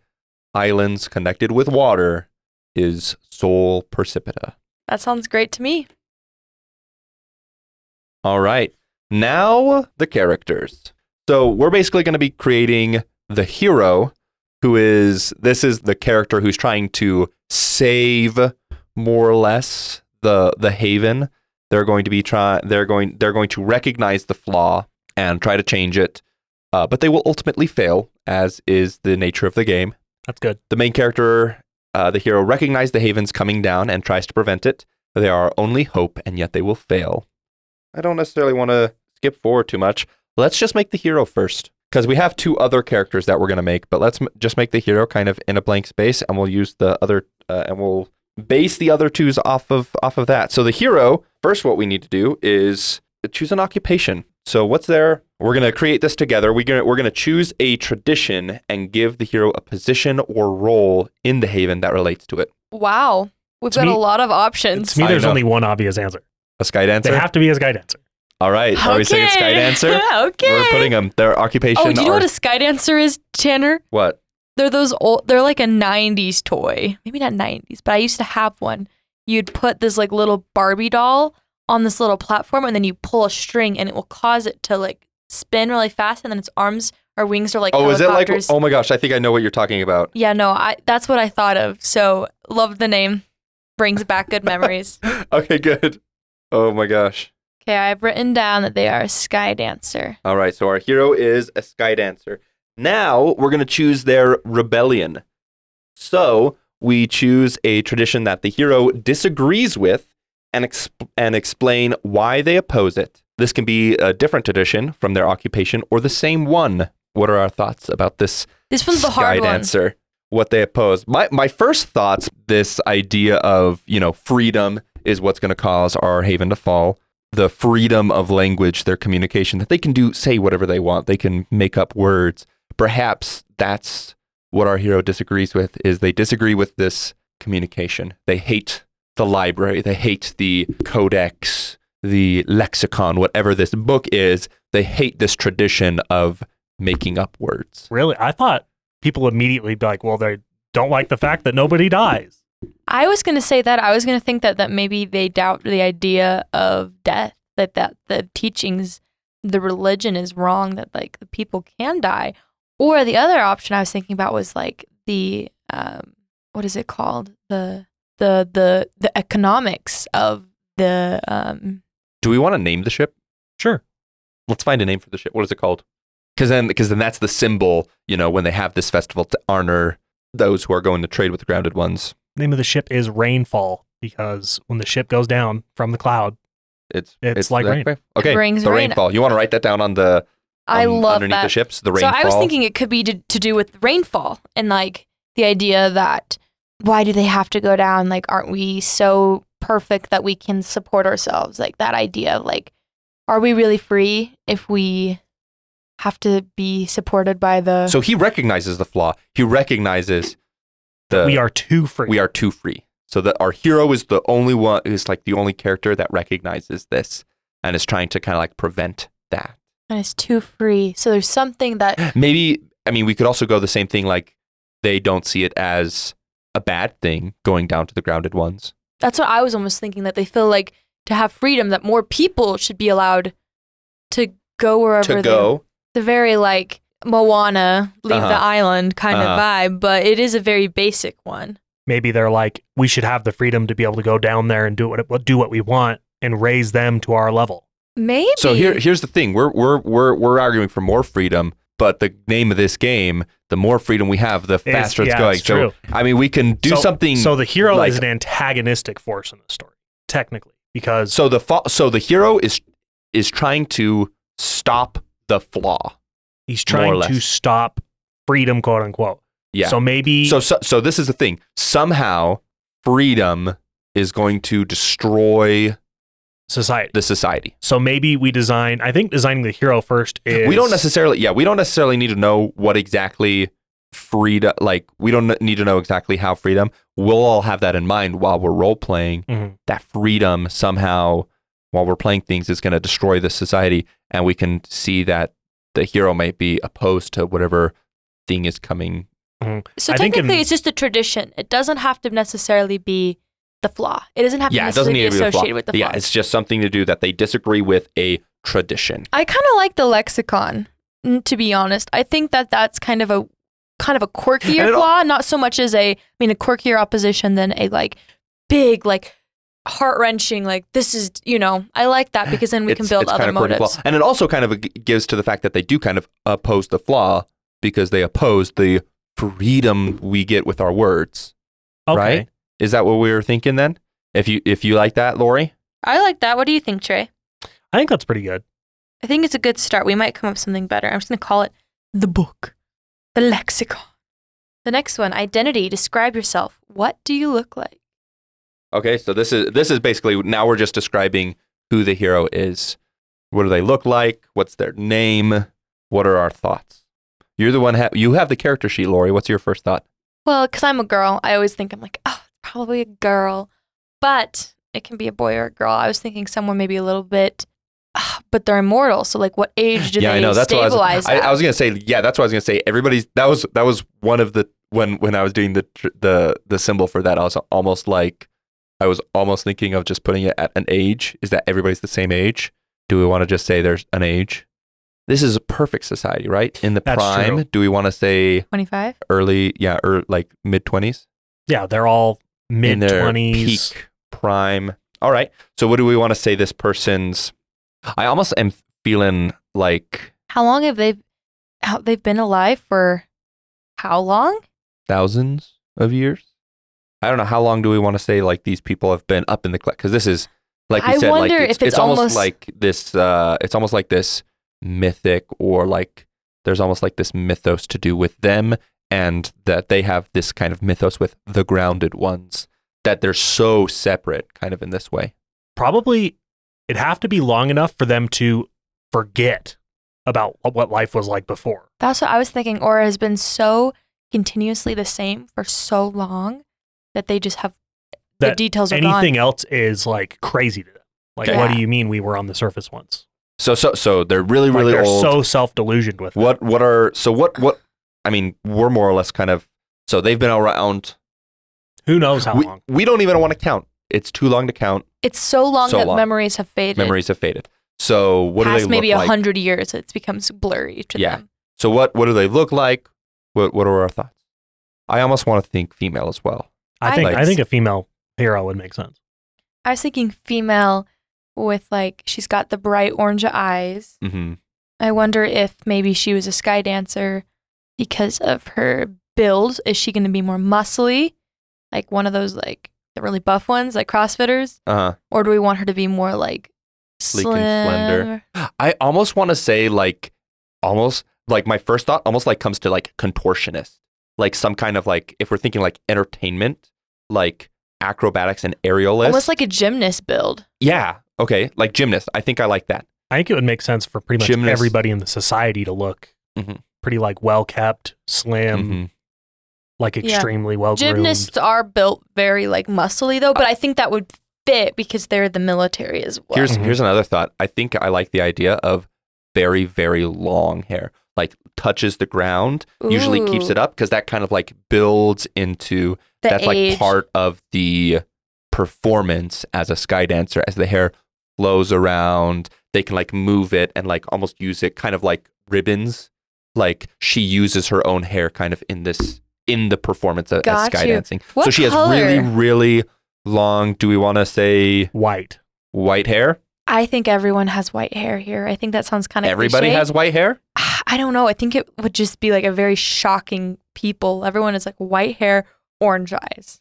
Speaker 2: islands connected with water is Sol Precipita.
Speaker 4: that sounds great to me
Speaker 2: All right. Now the characters. So we're basically going to be creating the hero who is this is the character who's trying to save more or less the the haven They're going to be try. They're going. They're going to recognize the flaw and try to change it, uh, but they will ultimately fail, as is the nature of the game.
Speaker 3: That's good.
Speaker 2: The main character, uh, the hero, recognizes the Havens coming down and tries to prevent it. They are our only hope, and yet they will fail. I don't necessarily want to skip forward too much. Let's just make the hero first, because we have two other characters that we're going to make. But let's m- just make the hero kind of in a blank space, and we'll use the other, uh, and we'll base the other twos off of off of that. So the hero first, what we need to do is choose an occupation. So what's there? We're gonna create this together. We're gonna we're gonna choose a tradition and give the hero a position or role in the haven that relates to it.
Speaker 4: Wow. We've
Speaker 3: To
Speaker 4: got
Speaker 3: me-
Speaker 4: a lot of options.
Speaker 3: To me,
Speaker 2: I
Speaker 3: there's
Speaker 2: know.
Speaker 3: only one obvious answer.
Speaker 2: A sky dancer.
Speaker 3: They have to be a sky dancer.
Speaker 2: All right. Are we saying
Speaker 4: [laughs]
Speaker 2: sky dancer?
Speaker 4: okay.
Speaker 2: We're putting them. Their occupation.
Speaker 4: oh, do you know
Speaker 2: or-
Speaker 4: what a sky dancer is, Tanner?
Speaker 2: what?
Speaker 4: They're those old. They're like a '90s toy. Maybe not '90s, but I used to have one. You'd put this like little Barbie doll on this little platform, and then you pull a string, and it will cause it to like spin really fast, and then its arms or wings are like
Speaker 2: Oh, is it like?
Speaker 4: helicopters.
Speaker 2: Oh my gosh! I think I know what you're talking about. [laughs]
Speaker 4: Yeah, no, I. That's what I thought of. So love the name. Brings back good
Speaker 2: [laughs]
Speaker 4: memories.
Speaker 2: Okay, good. Oh my gosh.
Speaker 4: Okay, I've written down that they are a sky dancer.
Speaker 2: All right, so our hero is a sky dancer. Now we're going to choose their rebellion. So we choose a tradition that the hero disagrees with and, exp- and explain why they oppose it. This can be a different tradition from their occupation or the same one. What are our thoughts about this
Speaker 4: This one's the
Speaker 2: sky
Speaker 4: hard one.
Speaker 2: dancer? What they oppose. My, my first thoughts this idea of, you know, freedom is what's going to cause our haven to fall the freedom of language, their communication, that they can do say whatever they want. They can make up words. Perhaps that's what our hero disagrees with is they disagree with this communication. They hate the library, they hate the codex, the lexicon, whatever this book is. They hate this tradition of making up words.
Speaker 3: Really? I thought people immediately be like, well, they don't like the fact that nobody dies.
Speaker 4: I was gonna say that. I was gonna think that that maybe they doubt the idea of death. That that the teachings, the religion is wrong. That like the people can die. Or the other option I was thinking about was like the um, what is it called? The the the the economics of the um.
Speaker 2: Do we want to name the ship?
Speaker 3: Sure.
Speaker 2: Let's find a name for the ship. What is it called? Because then, because then that's the symbol, you know, when they have this festival to honor those who are going to trade with the grounded ones.
Speaker 3: Name of the ship is Rainfall because when the ship goes down from the cloud,
Speaker 2: It's
Speaker 3: It's like
Speaker 2: that
Speaker 3: rain.
Speaker 2: way. Okay,
Speaker 4: brings
Speaker 2: the
Speaker 4: rain.
Speaker 2: rainfall. You want to write that down on the
Speaker 4: I
Speaker 2: on-
Speaker 4: love
Speaker 2: underneath
Speaker 4: that.
Speaker 2: the ships. The rainfall.
Speaker 4: So I was thinking it could be to, to do with rainfall and like the idea that why do they have to go down? Like, aren't we so perfect that we can support ourselves? Like that idea of like, are we really free if we have to be supported by the?
Speaker 2: So he recognizes the flaw. He recognizes the
Speaker 3: we are too free.
Speaker 2: we are too free. So that our hero is the only one is like the only character that recognizes this and is trying to kind of like prevent that.
Speaker 4: and it's too free. So there's something that
Speaker 2: Maybe I mean we could also go the same thing like they don't see it as a bad thing going down to the grounded ones.
Speaker 4: that's what I was almost thinking that they feel like to have freedom that more people should be allowed to go wherever
Speaker 2: To
Speaker 4: they
Speaker 2: go
Speaker 4: the very like Moana leave
Speaker 2: Uh-huh.
Speaker 4: the island kind
Speaker 2: Uh-huh.
Speaker 4: of vibe, but it is a very basic one.
Speaker 3: Maybe they're like, we should have the freedom to be able to go down there and do what do what we want and raise them to our level.
Speaker 4: Maybe.
Speaker 2: So here, here's the thing: we're we're we're we're arguing for more freedom, but the name of this game, the more freedom we have, the
Speaker 3: Is-
Speaker 2: faster it's,
Speaker 3: yeah,
Speaker 2: going.
Speaker 3: it's
Speaker 2: so
Speaker 3: true.
Speaker 2: I mean, we can do
Speaker 3: So-
Speaker 2: something.
Speaker 3: So
Speaker 2: So,
Speaker 3: the hero
Speaker 2: like-
Speaker 3: is an antagonistic force in the story, technically, because
Speaker 2: the fa- so the hero is is trying to stop the flaw.
Speaker 3: he's
Speaker 2: More or
Speaker 3: trying to
Speaker 2: less.
Speaker 3: stop freedom, quote unquote.
Speaker 2: Yeah.
Speaker 3: So maybe
Speaker 2: So, so so this is the thing. Somehow, freedom is going to destroy
Speaker 3: society.
Speaker 2: the society.
Speaker 3: So maybe we design. I think designing the hero first is
Speaker 2: We don't necessarily, yeah, we don't necessarily need to know what exactly freedom. Like, we don't n- need to know exactly how freedom. We'll all have that in mind while we're role playing.
Speaker 3: Mhm.
Speaker 2: that freedom somehow while we're playing things is going to destroy the society and we can see that the hero might be opposed to whatever thing is coming
Speaker 4: so
Speaker 3: I think
Speaker 4: technically,
Speaker 3: in-
Speaker 4: it's just a tradition. It doesn't have to necessarily be the flaw. It doesn't have to
Speaker 2: yeah it doesn't
Speaker 4: necessarily
Speaker 2: need to be the flaw.
Speaker 4: associated with the
Speaker 2: yeah
Speaker 4: flaw.
Speaker 2: it's just something to do that they disagree with a tradition
Speaker 4: I kind of like the lexicon. n- To be honest, I think that that's kind of a kind of a
Speaker 2: And
Speaker 4: quirkier
Speaker 2: it al-
Speaker 4: flaw, not so much as a I mean a quirkier opposition than a like big like heart wrenching. Like this is, you know, I like that because then we can
Speaker 2: It's-
Speaker 4: build
Speaker 2: it's
Speaker 4: other
Speaker 2: kind of quirky flaw.
Speaker 4: motives.
Speaker 2: And it also kind of g- gives to the fact that they do kind of oppose the flaw because they oppose the freedom we get with our words.
Speaker 3: Okay.
Speaker 2: Right? Is that what we were thinking then? If you if you like that, Lori?
Speaker 4: I like that. What do you think, Trey?
Speaker 3: I think that's pretty good.
Speaker 4: I think it's a good start. We might come up with something better. I'm just going to call it the book, the lexicon. The next one, identity. Describe yourself. What do you look like?
Speaker 2: Okay, so this is this is basically now we're just describing who the hero is. What do they look like? What's their name? What are our thoughts? You're the one ha- you have the character sheet, Lori. What's your first thought?
Speaker 4: Well, because I'm a girl, I always think I'm like, oh, it's probably a girl, but it can be a boy or a girl. I was thinking someone maybe a little bit, ah, but they're immortal. So, like, what age do
Speaker 2: yeah,
Speaker 4: they
Speaker 2: I know. That's what I
Speaker 4: stabilize?
Speaker 2: was. I,
Speaker 4: at?
Speaker 2: I was gonna say. Yeah, that's what I was gonna say. Everybody's. That was that was one of the when when I was doing the tr- the the symbol for that. I was almost like I was almost thinking of just putting it at an age. Is that everybody's the same age? Do we want to just say there's an age? This is a perfect society, right? In the
Speaker 3: That's
Speaker 2: prime,
Speaker 3: true.
Speaker 2: do we want to say
Speaker 4: 25?
Speaker 2: early? Yeah, or like mid twenties,
Speaker 3: Yeah, they're all
Speaker 2: in
Speaker 3: mid
Speaker 2: their
Speaker 3: twenties.
Speaker 2: peak prime. All right. So, what do we want to say this person's? I almost am feeling like
Speaker 4: How long have they how, they've been alive for how long?
Speaker 2: thousands of years. I don't know how long do we want to say like these people have been up in the because this is like we
Speaker 4: I
Speaker 2: said like
Speaker 4: wonder
Speaker 2: it's,
Speaker 4: if it's
Speaker 2: almost,
Speaker 4: almost-
Speaker 2: like this uh it's almost like this mythic or like there's almost like this mythos to do with them and that they have this kind of mythos with the grounded ones that they're so separate kind of in this way.
Speaker 3: Probably it'd have to be long enough for them to forget about what life was like before.
Speaker 4: That's what I was thinking. Or has been so continuously the same for so long that they just have the
Speaker 3: That
Speaker 4: details are
Speaker 3: Anything
Speaker 4: gone.
Speaker 3: else is like crazy to them. Like,
Speaker 4: Okay.
Speaker 3: what do
Speaker 4: Yeah.
Speaker 3: you mean we were on the surface once?
Speaker 2: So so so they're really
Speaker 3: Like,
Speaker 2: really
Speaker 3: they're
Speaker 2: old.
Speaker 3: so self delusioned with it.
Speaker 2: What what are so what what I mean we're more or less kind of so they've been around
Speaker 3: Who knows how
Speaker 2: we,
Speaker 3: long?
Speaker 2: we don't even want to count. It's too long to count.
Speaker 4: It's so long
Speaker 2: So
Speaker 4: that
Speaker 2: long.
Speaker 4: memories have faded.
Speaker 2: Memories have faded. So what do
Speaker 4: Past
Speaker 2: they
Speaker 4: maybe
Speaker 2: look
Speaker 4: a
Speaker 2: like?
Speaker 4: hundred years, it becomes blurry to
Speaker 2: Yeah.
Speaker 4: them.
Speaker 2: So what what do they look like? What what are our thoughts? I almost want to think female as well.
Speaker 3: I
Speaker 4: I
Speaker 3: think
Speaker 2: like-
Speaker 3: I think a female hero would make sense.
Speaker 4: I was thinking female with like she's got the bright orange eyes.
Speaker 2: Mm-hmm.
Speaker 4: I wonder if maybe she was a sky dancer because of her build. Is she going to be more muscly, like one of those like the really buff ones, like CrossFitters,
Speaker 2: Uh
Speaker 4: or do we want her to be more like
Speaker 2: Sleek
Speaker 4: slim?
Speaker 2: and slender. huh. I almost want to say like almost like my first thought almost like comes to like contortionist, like some kind of like if we're thinking like entertainment, like acrobatics and aerialist.
Speaker 4: almost like a gymnast build.
Speaker 2: yeah, okay, like gymnast. I think I like that.
Speaker 3: I think it would make sense for pretty much
Speaker 2: Gymnast.
Speaker 3: everybody in the society to look
Speaker 2: Mhm.
Speaker 3: pretty like well kept, slim,
Speaker 2: Mhm.
Speaker 3: like
Speaker 4: Yeah.
Speaker 3: extremely well groomed.
Speaker 4: Gymnasts are built very like muscly though, but I think that would fit because they're the military as well.
Speaker 2: Here's
Speaker 3: Mhm.
Speaker 2: here's another thought. I think I like the idea of very very long hair, like touches the ground, usually keeps
Speaker 4: Ooh,
Speaker 2: it up because that kind of like builds into
Speaker 4: the
Speaker 2: that's like
Speaker 4: age.
Speaker 2: part of the performance as a sky dancer as the hair flows around they can like move it and like almost use it kind of like ribbons like she uses her own hair kind of in this in the performance of, as
Speaker 4: Got
Speaker 2: sky
Speaker 4: you.
Speaker 2: dancing
Speaker 4: What
Speaker 2: so she
Speaker 4: color?
Speaker 2: has really really long do we want to say
Speaker 3: White.
Speaker 2: white hair
Speaker 4: I think everyone has white hair here. I think that sounds kind of
Speaker 2: everybody
Speaker 4: cliche.
Speaker 2: has white hair
Speaker 4: Ah, [sighs] I don't know. I think it would just be like a very shocking people. Everyone is like white hair, orange eyes.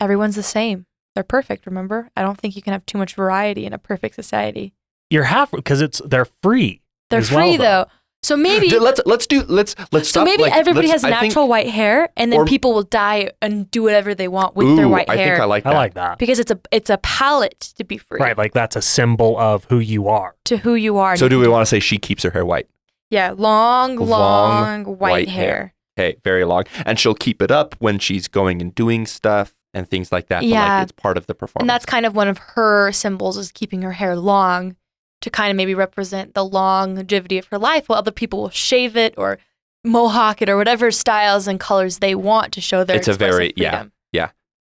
Speaker 4: Everyone's the same. They're perfect, remember? I don't think you can have too much variety in a perfect society.
Speaker 3: You're half because it's they're free.
Speaker 4: They're
Speaker 3: as well,
Speaker 4: free
Speaker 3: though.
Speaker 4: though. So
Speaker 2: [gasps]
Speaker 4: maybe
Speaker 2: D- let's let's do let's let's
Speaker 4: so
Speaker 2: stop,
Speaker 4: maybe
Speaker 2: like,
Speaker 4: everybody
Speaker 2: let's-
Speaker 4: has
Speaker 2: I think-
Speaker 4: natural white hair and then
Speaker 2: or-
Speaker 4: people will dye and do whatever they want with their
Speaker 2: Ooh,
Speaker 4: white
Speaker 2: I
Speaker 4: hair.
Speaker 2: think I like
Speaker 3: I
Speaker 2: that.
Speaker 3: like that.
Speaker 4: because it's a it's a palette to be free
Speaker 3: Right, like that's a symbol of who you are.
Speaker 4: to who you are.
Speaker 2: So do we want to say she keeps her hair white?
Speaker 4: Yeah, long,
Speaker 2: Long,
Speaker 4: long, white,
Speaker 2: white hair.
Speaker 4: hair.
Speaker 2: Okay, very long. And she'll keep it up when she's going and doing stuff and things like that. But
Speaker 4: Yeah.
Speaker 2: like it's part of the performance.
Speaker 4: And that's kind of one of her symbols is keeping her hair long to kind of maybe represent the longevity of her life, while other people will shave it or mohawk it or whatever styles and colors they want to show their
Speaker 2: It's a very-
Speaker 4: expressive freedom.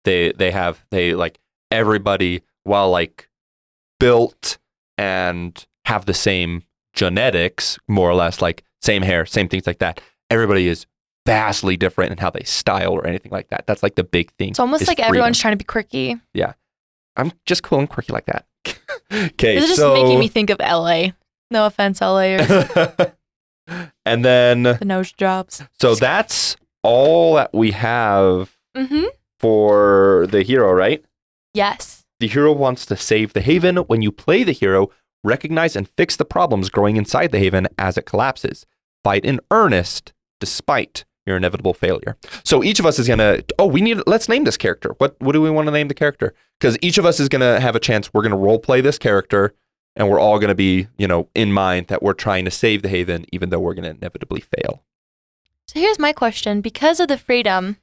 Speaker 2: they they have they like everybody while like built and have the same genetics, more or less, like same hair, same things like that. Everybody is vastly different in how they style or anything like that. That's like the big thing.
Speaker 4: It's almost
Speaker 2: is
Speaker 4: like
Speaker 2: freedom.
Speaker 4: everyone's trying to be quirky.
Speaker 2: I'm just cool and quirky like that. [laughs] okay,
Speaker 4: This is just
Speaker 2: so
Speaker 4: making me think of LA. No offense, LA
Speaker 2: [laughs]
Speaker 4: or
Speaker 2: and then
Speaker 4: the nose jobs.
Speaker 2: so that's all that we have
Speaker 4: Mm-hmm.
Speaker 2: for the hero, right?
Speaker 4: Yes.
Speaker 2: The hero wants to save the haven. When you play the hero, recognize and fix the problems growing inside the haven as it collapses. Fight in earnest despite your inevitable failure. So each of us is going to oh, we need let's name this character. What what do we want to name the character? Cuz each of us is going to have a chance we're going to role play this character and we're all going to be, you know, in mind that we're trying to save the haven even though we're going to inevitably fail.
Speaker 4: So here's my question: Because of the freedom,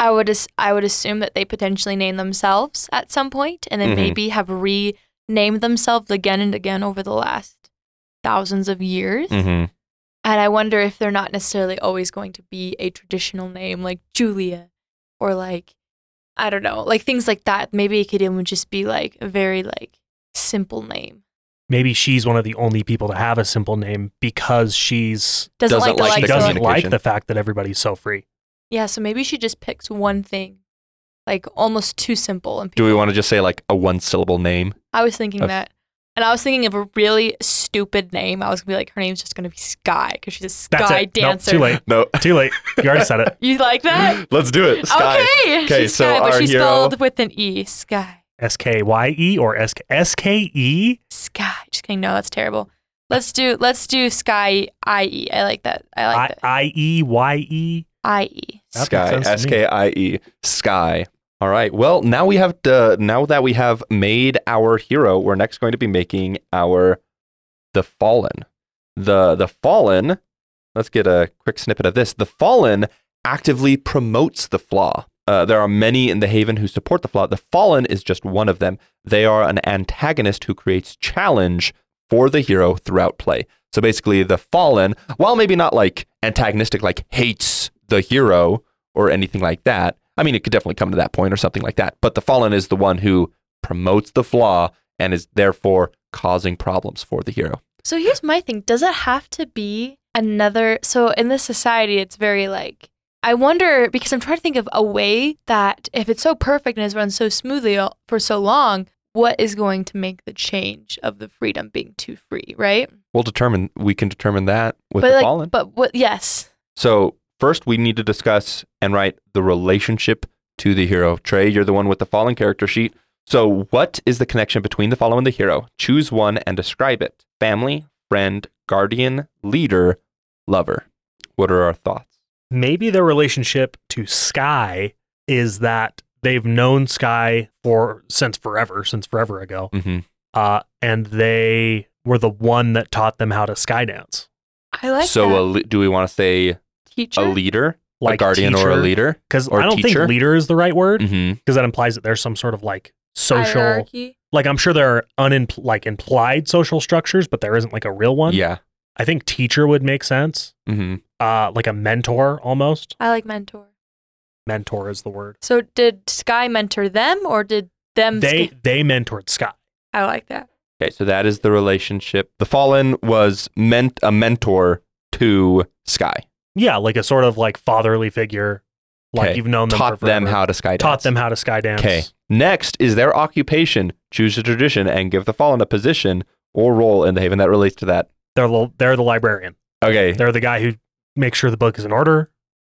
Speaker 4: I would as- I would assume that they potentially name themselves at some point, and then
Speaker 2: Mhm.
Speaker 4: maybe have renamed themselves again and again over the last thousands of years.
Speaker 2: Mhm.
Speaker 4: And I wonder if they're not necessarily always going to be a traditional name like Julia or like, I don't know, like things like that. Maybe it could even just be like a very like simple name.
Speaker 3: Maybe she's one of the only people to have a simple name because she's
Speaker 4: Doesn't,
Speaker 2: Doesn't
Speaker 4: like,
Speaker 2: like
Speaker 3: she
Speaker 4: the
Speaker 2: the
Speaker 4: Lexicon.
Speaker 3: doesn't like
Speaker 2: communication.
Speaker 3: the fact that everybody's so free.
Speaker 4: Yeah, so maybe she just picks one thing, like almost too simple. And
Speaker 2: Do
Speaker 4: people,
Speaker 2: we want to just say like a one syllable name?
Speaker 4: I was thinking
Speaker 2: Okay.
Speaker 4: that. And I was thinking of a really stupid name. I was gonna be like, her name's just gonna be Sky because she's a sky
Speaker 3: That's it. Nope,
Speaker 4: dancer.
Speaker 3: too late.
Speaker 2: No.
Speaker 3: Too late. You already said it.
Speaker 4: [laughs] You like that?
Speaker 2: [laughs] Let's do it. [gasps] Sky.
Speaker 4: Okay.
Speaker 2: Okay,
Speaker 4: she's
Speaker 2: so
Speaker 4: Sky, but
Speaker 2: our
Speaker 4: she's
Speaker 2: hero-
Speaker 4: spelled with an E. Sky.
Speaker 3: S K Y E or S S K E.
Speaker 4: Sky. Just kidding. No, that's terrible. Let's do let's do Sky I E. I like that. I like
Speaker 3: I
Speaker 4: that.
Speaker 3: I E Y E.
Speaker 4: I E.
Speaker 3: That makes
Speaker 2: Sky.
Speaker 3: sense to me.
Speaker 2: S K I E. Sky. All right. Well, now we have to, now that we have made our hero, we're next going to be making our the fallen. The the fallen. Let's get a quick snippet of this. The fallen actively promotes the flaw. Uh, there are many in the Haven who support the flaw. The Fallen is just one of them. They are an antagonist who creates challenge for the hero throughout play. So basically, the Fallen, while maybe not like antagonistic, like hates the hero or anything like that, I mean, it could definitely come to that point or something like that. But the Fallen is the one who promotes the flaw and is therefore causing problems for the hero.
Speaker 4: So here's my thing. Does it have to be another so in this society it's very like I wonder because I'm trying to think of a way that if it's so perfect and has run so smoothly all- for so long, what is going to make the change of the freedom being too free, right?
Speaker 2: We'll determine, we can determine that with
Speaker 4: but
Speaker 2: the
Speaker 4: like
Speaker 2: Fallen.
Speaker 4: but what yes.
Speaker 2: So first, we need to discuss and write the relationship to the hero. Trey, you're the one with the fallen character sheet. So what is the connection between the fallen and the hero? Choose one and describe it. Family, friend, guardian, leader, lover. What are our thoughts?
Speaker 3: maybe their relationship to Sky is that they've known Sky for since forever, since forever ago,
Speaker 2: Mm-hmm.
Speaker 3: uh, and they were the one that taught them how to sky dance,
Speaker 4: I like
Speaker 2: so
Speaker 4: that.
Speaker 2: a le- do we want to say
Speaker 4: teacher.
Speaker 2: a leader, a
Speaker 3: like
Speaker 2: guardian, or a leader?
Speaker 3: Because
Speaker 2: or
Speaker 3: I don't
Speaker 2: teacher?
Speaker 3: think leader is the right word because
Speaker 2: Mm-hmm.
Speaker 3: that implies that there's some sort of like social,
Speaker 4: hierarchy.
Speaker 3: like I'm sure there are unimpl- like implied social structures, but there isn't like a real one.
Speaker 2: Yeah.
Speaker 3: I think teacher would make sense,
Speaker 2: Mm-hmm.
Speaker 3: uh, like a mentor almost.
Speaker 4: I like mentor.
Speaker 3: Mentor is the word.
Speaker 4: So did Sky mentor them or did them
Speaker 3: They
Speaker 4: Sky-
Speaker 3: they mentored Sky.
Speaker 4: I like that.
Speaker 2: Okay, so that is the relationship. The fallen was meant a mentor to Sky.
Speaker 3: Yeah, like a sort of like fatherly figure. Like
Speaker 2: Okay.
Speaker 3: you've known them
Speaker 2: Taught
Speaker 3: for
Speaker 2: them
Speaker 3: forever.
Speaker 2: how to sky
Speaker 3: taught
Speaker 2: dance.
Speaker 3: them how to sky dance.
Speaker 2: Okay. Next is their occupation. Choose a tradition and give the fallen a position or role in the haven that relates to that.
Speaker 3: They're the, they're the librarian.
Speaker 2: Okay.
Speaker 3: They're the guy who makes sure the book is in order.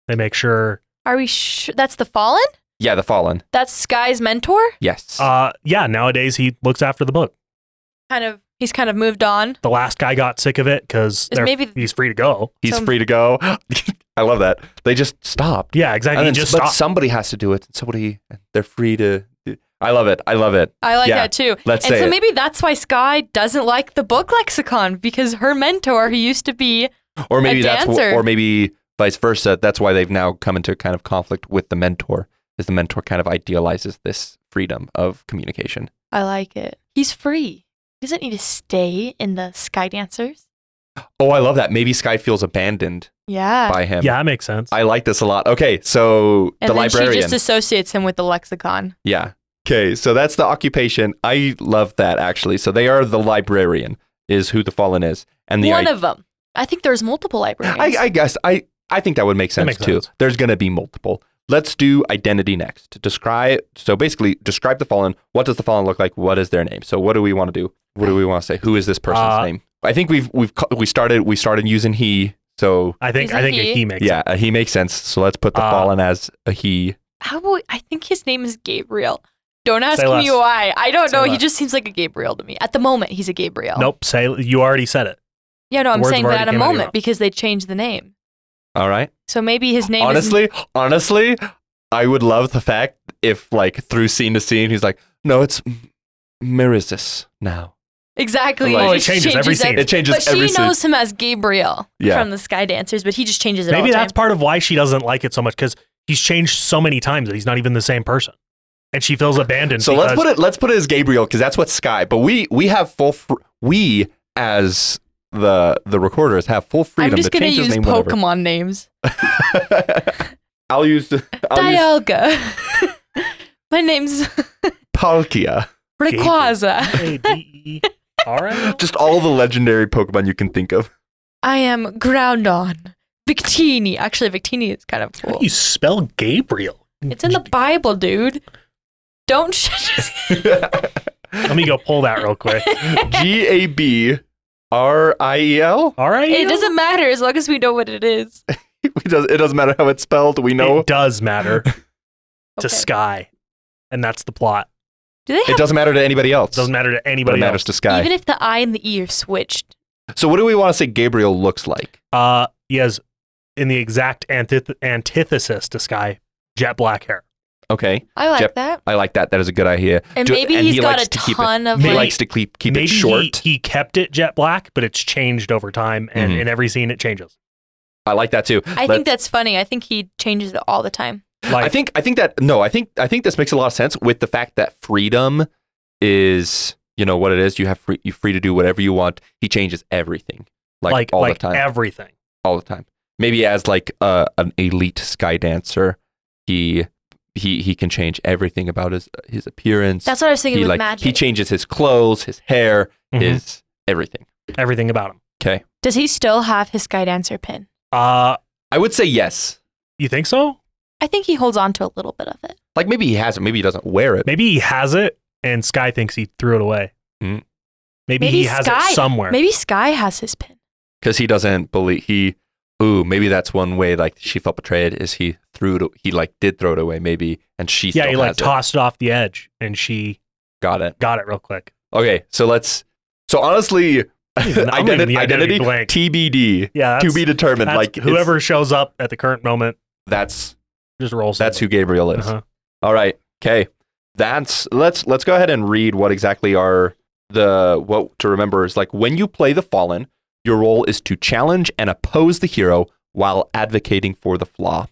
Speaker 3: They make sure.
Speaker 4: Are we sure that's the fallen?
Speaker 2: Yeah, the fallen.
Speaker 4: That's Sky's mentor?
Speaker 2: Yes.
Speaker 3: Uh, yeah. Nowadays he looks after the book.
Speaker 4: Kind of he's kind of moved on.
Speaker 3: The last guy got sick of it because
Speaker 4: Is maybe-
Speaker 3: he's free to go.
Speaker 2: He's
Speaker 4: some-
Speaker 2: free to go. [laughs] I love that. They just stopped.
Speaker 3: Yeah,
Speaker 2: and
Speaker 3: exactly. He
Speaker 2: then,
Speaker 3: just
Speaker 2: but
Speaker 3: stopped.
Speaker 2: somebody has to do it. Somebody, they're free to. I love it. I love it.
Speaker 4: I like
Speaker 2: Yeah,
Speaker 4: that too.
Speaker 2: Let's
Speaker 4: and
Speaker 2: say
Speaker 4: so
Speaker 2: it.
Speaker 4: maybe that's why Sky doesn't like the book lexicon because her mentor who used to be
Speaker 2: or maybe that's wh-
Speaker 4: dancer.
Speaker 2: or maybe vice versa. That's why they've now come into kind of conflict with the mentor, is the mentor kind of idealizes this freedom of communication.
Speaker 4: I like it. He's free. He doesn't need to stay in the Sky Dancers.
Speaker 2: Oh, I love that. Maybe Sky feels abandoned
Speaker 4: Yeah.
Speaker 2: by him.
Speaker 3: yeah, that makes sense.
Speaker 2: I like this a lot. Okay, so
Speaker 4: And
Speaker 2: the
Speaker 4: then
Speaker 2: librarian.
Speaker 4: she just associates him with the lexicon.
Speaker 2: yeah. Okay, so that's the occupation. I love that actually. So they are the librarian is who the fallen is, and the
Speaker 4: One
Speaker 2: I,
Speaker 4: of them. I think there's multiple librarians.
Speaker 2: I, I guess I I think that would make sense
Speaker 3: makes
Speaker 2: too.
Speaker 3: sense.
Speaker 2: There's gonna be multiple Let's do identity next. Describe so basically describe the fallen. What does the fallen look like? What is their name? So what do we want to do? What do we want to say? Who is this person's
Speaker 3: Uh,
Speaker 2: name? I think we've we've cu- we started we started using he. So
Speaker 3: I think
Speaker 4: He's a
Speaker 3: I think
Speaker 4: he.
Speaker 3: a he makes
Speaker 2: yeah, a he makes sense. So let's put the
Speaker 3: Uh,
Speaker 2: fallen as a he.
Speaker 4: How about I think his name is Gabriel. Don't ask
Speaker 3: Say less.
Speaker 4: me why. I don't
Speaker 3: Say
Speaker 4: know. He
Speaker 3: less.
Speaker 4: just seems like a Gabriel to me. At the moment, he's a Gabriel.
Speaker 3: sense. Nope. Say you already said it.
Speaker 4: Yeah, no, I'm
Speaker 3: Words
Speaker 4: saying
Speaker 3: have
Speaker 4: but
Speaker 3: already
Speaker 4: at a
Speaker 3: came out of your
Speaker 4: moment
Speaker 3: mouth.
Speaker 4: because they changed the name.
Speaker 2: All right.
Speaker 4: So maybe his name is
Speaker 2: honestly, honestly, I would love the fact if like through scene to scene, he's like, no, it's M- Mirisis now.
Speaker 4: exactly.
Speaker 2: Like-
Speaker 4: he
Speaker 2: Oh, it
Speaker 4: just
Speaker 3: changes every scene.
Speaker 2: It changes
Speaker 4: But
Speaker 2: every
Speaker 4: she
Speaker 2: scene.
Speaker 4: knows him as Gabriel
Speaker 2: Yeah.
Speaker 4: from the Sky Dancers, but he just changes it. all
Speaker 3: Maybe
Speaker 4: the
Speaker 3: that's
Speaker 4: time.
Speaker 3: part of why she doesn't like it so much because he's changed so many times that he's not even the same person, and she feels abandoned.
Speaker 2: So let's
Speaker 3: because-
Speaker 2: put it. Let's put it as Gabriel because that's what Sky. But we we have full. Fr- we as the the recorders have full freedom
Speaker 4: I'm just
Speaker 2: to
Speaker 4: gonna
Speaker 2: change his
Speaker 4: use
Speaker 2: name. whenever.
Speaker 4: Pokemon names.
Speaker 2: [laughs] I'll use I'll use
Speaker 4: Dialga. [laughs] My
Speaker 2: [laughs]
Speaker 4: name's
Speaker 2: Palkia.
Speaker 4: Rayquaza. [laughs]
Speaker 3: A, D, E, R, L?
Speaker 2: Just all the legendary Pokemon you can
Speaker 4: [laughs]
Speaker 2: think of.
Speaker 4: I am Groundon. Victini. Actually, Victini is kind of
Speaker 3: How
Speaker 4: cool.
Speaker 3: do you spell Gabriel?
Speaker 4: It's in the Bible, dude. Don't. [laughs] Sh-
Speaker 2: [laughs]
Speaker 3: Let me go pull that real
Speaker 4: [laughs]
Speaker 3: quick. [laughs]
Speaker 2: G A B R I E L. [laughs]
Speaker 3: All right.
Speaker 4: it doesn't matter as long as we know what it is.
Speaker 2: It doesn't- it doesn't matter how it's spelled. We know
Speaker 3: It does matter to
Speaker 4: [laughs] Okay.
Speaker 3: Sky, and that's the plot.
Speaker 4: Do they
Speaker 2: It
Speaker 4: have
Speaker 2: doesn't matter to anybody else.
Speaker 3: Doesn't matter to
Speaker 2: but it
Speaker 3: anybody
Speaker 2: matters
Speaker 3: else.
Speaker 2: to Sky.
Speaker 4: even if the eye and the E are switched?
Speaker 2: so what do we want to say Gabriel looks like?
Speaker 3: Uh, he has, in the exact antith- antithesis to Sky, jet black hair.
Speaker 2: Okay.
Speaker 4: I like
Speaker 2: Jep-
Speaker 4: that.
Speaker 2: I like that. That is a good idea.
Speaker 4: And
Speaker 2: Do-
Speaker 4: maybe
Speaker 2: and
Speaker 4: he's
Speaker 2: he
Speaker 4: got
Speaker 2: likes
Speaker 4: a
Speaker 2: to keep it-
Speaker 4: ton of
Speaker 2: He
Speaker 3: Maybe-
Speaker 4: like.
Speaker 2: likes to keep keep
Speaker 3: Maybe
Speaker 2: it
Speaker 3: he-
Speaker 2: short.
Speaker 3: He, kept it jet black, but it's changed over time, and
Speaker 2: Mhm.
Speaker 3: in every scene it changes.
Speaker 2: I like that too.
Speaker 4: I
Speaker 2: Let-
Speaker 4: think that's funny. I think he changes it all the time.
Speaker 3: Like
Speaker 2: I think I think that no, I think I think this makes a lot of sense with the fact that freedom is you know what it is. You have free you free to do whatever you want. He changes everything. Like,
Speaker 3: like
Speaker 2: all
Speaker 3: like
Speaker 2: the time.
Speaker 3: everything.
Speaker 2: all the time. Maybe as like uh, an elite sky dancer, he he he can change everything about his his appearance.
Speaker 4: That's what I was thinking
Speaker 2: he
Speaker 4: with
Speaker 2: like
Speaker 4: magic.
Speaker 2: he changes his clothes, his hair,
Speaker 3: Mhm.
Speaker 2: his everything.
Speaker 3: Everything about him.
Speaker 4: Does he still have his Sky Dancer pin?
Speaker 3: Uh,
Speaker 2: I would say yes.
Speaker 3: you think so?
Speaker 4: I think he holds on to a little bit of it.
Speaker 2: Like maybe he has it, maybe he doesn't wear it.
Speaker 3: Maybe he has it, and Sky thinks he threw it away.
Speaker 2: Mm.
Speaker 3: Maybe,
Speaker 4: Maybe
Speaker 3: he has
Speaker 4: Sky-
Speaker 3: it somewhere.
Speaker 4: Maybe Sky has his pin.
Speaker 2: because he doesn't believe he ooh maybe that's one way like she felt betrayed is he threw it he like did throw it away maybe and she
Speaker 3: yeah,
Speaker 2: still
Speaker 3: he like
Speaker 2: has it.
Speaker 3: tossed it off the edge, and she
Speaker 2: got it
Speaker 3: got it real quick.
Speaker 2: okay so let's so honestly [laughs]
Speaker 3: even- I'm leaving
Speaker 2: identity,
Speaker 3: the identity
Speaker 2: identity
Speaker 3: blank.
Speaker 2: tbd
Speaker 3: Yeah,
Speaker 2: to
Speaker 3: that's-
Speaker 2: be determined
Speaker 3: that's
Speaker 2: like it's-
Speaker 3: whoever shows up at the current moment
Speaker 2: that's
Speaker 3: just rolls.
Speaker 2: that's who
Speaker 3: something.
Speaker 2: gabriel is
Speaker 3: Uh-huh.
Speaker 2: All right okay that's let's let's go ahead and read what exactly are the what to remember is like when you play the fallen your role is to challenge and oppose the hero while advocating for the flaw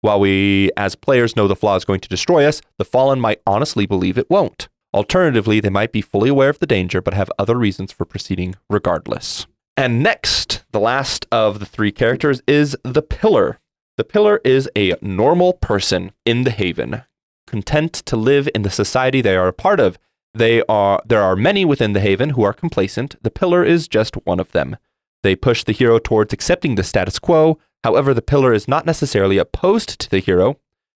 Speaker 2: While we, as players, know the flaw is going to destroy us, the Fallen might honestly believe it won't. Alternatively, they might be fully aware of the danger but have other reasons for proceeding regardless. And next, the last of the three characters is the Pillar. The Pillar is a normal person in the Haven, content to live in the society they are a part of. They are there are many within the Haven who are complacent. The Pillar is just one of them. They push the hero towards accepting the status quo. However, the pillar is not necessarily opposed to the hero.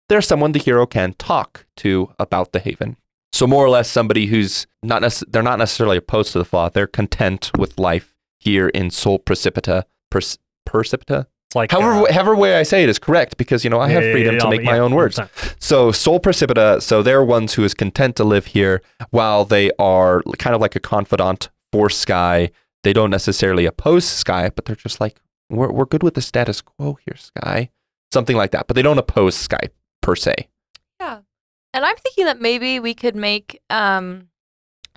Speaker 2: They're someone the hero can talk to about the haven. So more or less somebody who's not nece- they're not necessarily opposed to the flaw. They're content with life here in Sol Precipita. Pers- Precipita?
Speaker 3: It's like
Speaker 2: However,
Speaker 3: uh,
Speaker 2: however way I say it is correct because you know I have
Speaker 3: yeah, yeah,
Speaker 2: freedom
Speaker 3: yeah,
Speaker 2: to
Speaker 3: yeah,
Speaker 2: make
Speaker 3: yeah,
Speaker 2: my own words.
Speaker 3: 100%.
Speaker 2: So Sol Precipita, so they're ones who is content to live here while they are kind of like a confidant for Sky. They don't necessarily oppose Sky, but they're just like, we're, we're good with the status quo here, Sky. Something like that. But they don't oppose Sky per se.
Speaker 4: And I'm thinking that maybe we could make um,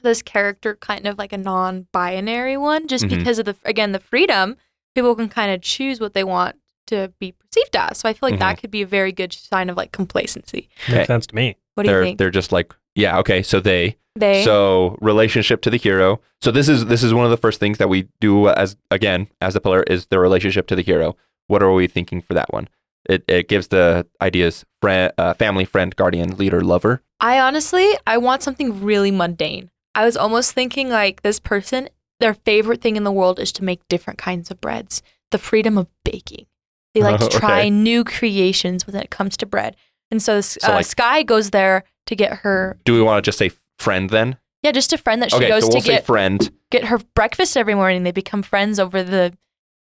Speaker 4: this character kind of like a non-binary one, just
Speaker 2: Mhm.
Speaker 4: because of the again the freedom people can kind of choose what they want to be perceived as. So I feel like
Speaker 2: Mm-hmm.
Speaker 4: that could be a very good sign of like complacency.
Speaker 2: Okay.
Speaker 3: Makes sense to me.
Speaker 4: What do
Speaker 2: They're
Speaker 4: you think?
Speaker 2: they're just like, yeah, okay, so they
Speaker 4: They
Speaker 2: So relationship to the hero. So this is this is one of the first things that we do as again as a pillar is the relationship to the hero. What are we thinking for that one? It it gives the ideas friend, uh, family, friend, guardian, leader, lover.
Speaker 4: I honestly, I want something really mundane. I was almost thinking like this person, their favorite thing in the world is to make different kinds of
Speaker 2: [laughs]
Speaker 4: breads. The freedom of baking. They like to
Speaker 2: Okay.
Speaker 4: try new creations when it comes to bread. And so, s-
Speaker 2: So,
Speaker 4: uh,
Speaker 2: like-
Speaker 4: Sky goes there to get her,
Speaker 2: Do we want to just say friend then?
Speaker 4: yeah, just a friend that she
Speaker 2: Okay,
Speaker 4: goes
Speaker 2: so we'll
Speaker 4: to
Speaker 2: say
Speaker 4: get
Speaker 2: friend.
Speaker 4: get her breakfast every morning. They become friends over the,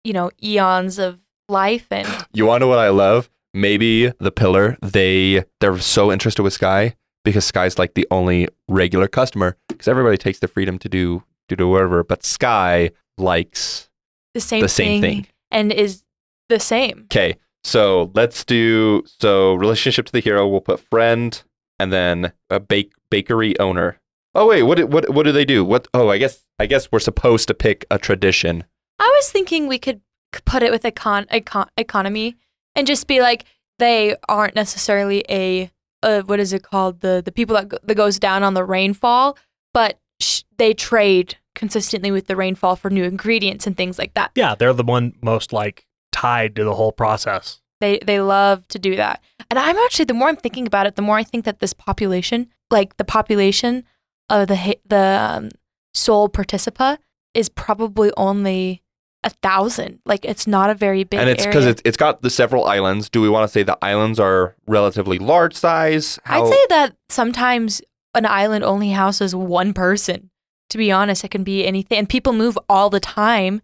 Speaker 4: you know, eons of life. And
Speaker 2: You want to know what I love? Maybe the pillar. They they're so interested with Sky because Sky's like the only regular customer because everybody takes the freedom to do to do whatever, but Sky likes
Speaker 4: the same,
Speaker 2: [gasps] the same thing.
Speaker 4: And is the same.
Speaker 2: Okay, so let's do so relationship to the hero. We'll put friend and then a bake bakery owner. Oh wait, what do- what what do they do? What? Oh, I guess I guess we're supposed to pick a tradition.
Speaker 4: I was thinking we could c- put it with econ, econ economy and just be like they aren't necessarily a uh, what is it called the the people that go, that goes down on the rainfall, but sh- they trade consistently with the rainfall for new ingredients and things like that.
Speaker 3: Yeah, they're the one most like tied to the whole process.
Speaker 4: They they love to do that. And I'm actually the more I'm thinking about it, the more I think that this population, like the population of the hi- the um, sole participa, is probably only a thousand. Like it's not a very big.
Speaker 2: and it's
Speaker 4: because
Speaker 2: because it's, it's got the several islands. Do we want to say the islands are relatively large size?
Speaker 4: I'd say that sometimes an island only houses one person. To be honest, it can be anything, and people move all the time.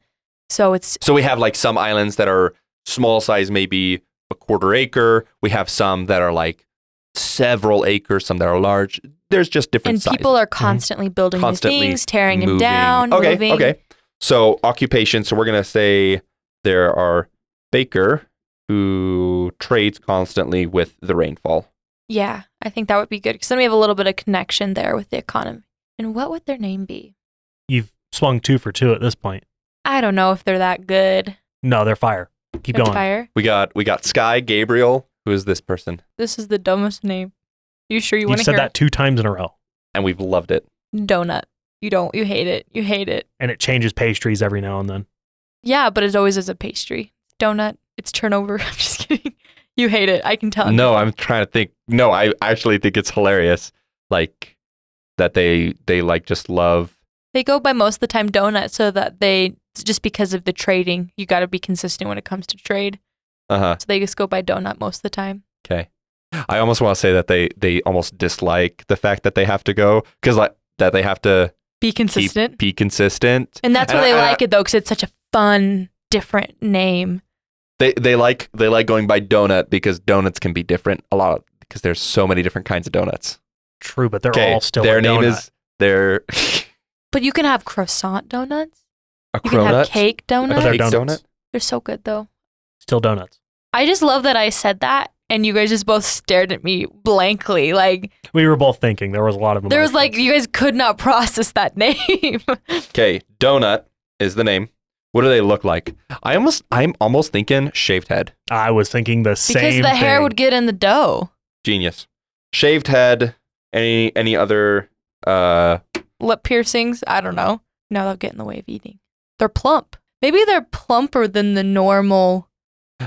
Speaker 4: So it's
Speaker 2: so. We have like some islands that are small size, maybe a quarter acre. We have some that are like several acres. Some that are large. There's just different
Speaker 4: and
Speaker 2: sizes. Mm-hmm.
Speaker 4: people are constantly building
Speaker 2: Constantly
Speaker 4: new things, tearing them
Speaker 2: moving.
Speaker 4: down,
Speaker 2: Okay,
Speaker 4: moving.
Speaker 2: okay. So occupation. So we're gonna say there are baker who trades constantly with the rainfall.
Speaker 4: Yeah, I think that would be good because then we have a little bit of connection there with the economy. And what would their name be?
Speaker 3: You've swung two for two at this point.
Speaker 4: I don't know if they're that good.
Speaker 3: No, they're fire. Keep
Speaker 4: They're
Speaker 3: going.
Speaker 4: fire.
Speaker 2: We got we got Sky Gabriel. Who is this person?
Speaker 4: This is the dumbest name. You sure you
Speaker 3: You
Speaker 4: want to
Speaker 3: have said
Speaker 4: hear
Speaker 3: that two times in a row,
Speaker 2: And we've loved it.
Speaker 4: it? donut? You don't. You hate it. You hate it.
Speaker 3: and it changes pastries every now and then.
Speaker 4: Yeah, but it always is a pastry. Donut. It's turnover. [laughs] I'm just kidding. You hate it. I can tell.
Speaker 2: No, I'm trying to think. No, I actually think it's hilarious. Like that they they like just love.
Speaker 4: They go by most of the time donut, so that they just because of the trading, you got to be consistent when it comes to trade.
Speaker 2: Uh huh.
Speaker 4: So they just go by donut most of the time.
Speaker 2: Okay. I almost want to say that they they almost dislike the fact that they have to go because like that they have to
Speaker 4: Be
Speaker 2: keep,
Speaker 4: consistent.
Speaker 2: be consistent.
Speaker 4: And that's why
Speaker 2: And I-
Speaker 4: they
Speaker 2: and I-
Speaker 4: like it though, because it's such a fun, different name.
Speaker 2: They they like they like going by donut because donuts can be different a lot because there's so many different kinds of donuts.
Speaker 3: True, but they're all still
Speaker 2: their
Speaker 3: a
Speaker 2: name
Speaker 3: donut.
Speaker 2: is [laughs] their
Speaker 4: But you can have croissant donuts.
Speaker 2: a
Speaker 4: You can have
Speaker 2: cronut,
Speaker 4: cake
Speaker 2: a
Speaker 3: But
Speaker 4: donuts.
Speaker 3: they're
Speaker 2: cake
Speaker 3: donuts.
Speaker 2: donut.
Speaker 4: They're so good though.
Speaker 3: still donuts.
Speaker 4: I just love that I said that, and you guys just both stared at me blankly. Like
Speaker 3: We were both thinking there was a lot of
Speaker 4: there was like
Speaker 3: emotions.
Speaker 4: you guys could not [laughs] process that name. [laughs]
Speaker 2: Okay, donut is the name. What do they look like? I almost I'm almost thinking shaved head.
Speaker 3: I was thinking the same
Speaker 4: because the hair
Speaker 3: thing.
Speaker 4: would get in the dough.
Speaker 2: Genius. Shaved head. Any any other uh
Speaker 4: Lip piercings, I don't know. No, they'll get in the way of eating. They're plump. Maybe they're plumper than the normal.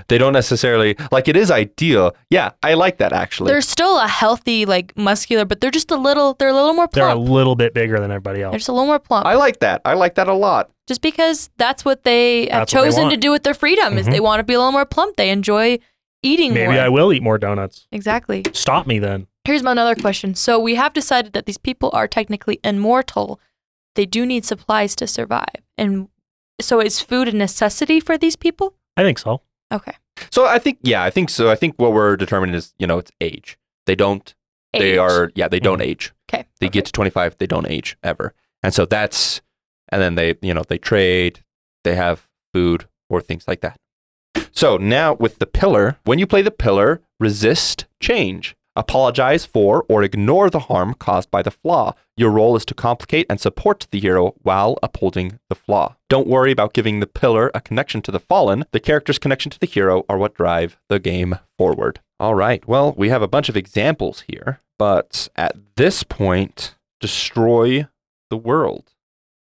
Speaker 2: they don't necessarily like it is ideal. Yeah, I like that actually.
Speaker 4: They're still a healthy, like muscular, but they're just a little. They're a little more plump.
Speaker 3: They're a little bit bigger than everybody
Speaker 4: They're
Speaker 3: else.
Speaker 4: just a little more plump.
Speaker 2: I like that. I like that a lot.
Speaker 4: just because that's what they have
Speaker 3: That's what they
Speaker 4: chosen
Speaker 3: want.
Speaker 4: to do with their freedom is
Speaker 3: Mhm.
Speaker 4: they want to be a little more plump. They enjoy eating
Speaker 3: Maybe
Speaker 4: more.
Speaker 3: I will eat more donuts.
Speaker 4: exactly.
Speaker 3: Stop me then.
Speaker 4: Here's my another question. So we have decided that these people are technically immortal. They do need supplies to survive. And so is food a necessity for these people?
Speaker 3: I think so.
Speaker 4: Okay.
Speaker 2: So I think yeah, I think so. I think what we're determining is, you know, it's age. They don't they
Speaker 4: Age. Mm-hmm.
Speaker 2: are yeah, they don't age.
Speaker 4: Okay.
Speaker 2: They get to 25, they don't age ever. And so that's and then they, you know, they trade, they have food or things like that. So now with the pillar, when you play the pillar, resist change. Apologize for or ignore the harm caused by the flaw. Your role is to complicate and support the hero while upholding the flaw. Don't worry about giving the pillar a connection to the fallen. The character's connection to the hero are what drive the game forward. All right, well, we have a bunch of examples here, but at this point, destroy the world.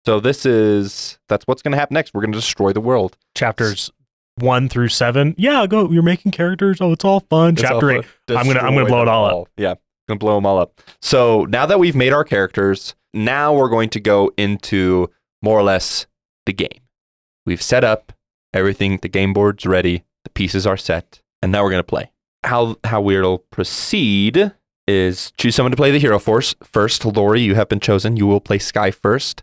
Speaker 2: So this is that's what's going to happen next. We're going to destroy the world.
Speaker 3: Chapters one through seven. Yeah, go. You're making characters. Oh, it's all fun.
Speaker 2: That's
Speaker 3: Chapter
Speaker 2: all
Speaker 3: eight.
Speaker 2: for-
Speaker 3: I'm gonna- I'm
Speaker 2: destroy
Speaker 3: gonna blow it
Speaker 2: them
Speaker 3: all up.
Speaker 2: Yeah, gonna blow them all up. So now that we've made our characters, now we're going to go into more or less the game. We've set up everything. The game board's ready. The pieces are set, and now we're gonna play. how how we'll proceed is choose someone to play the hero force first. Lori, you have been chosen. You will play Sky first.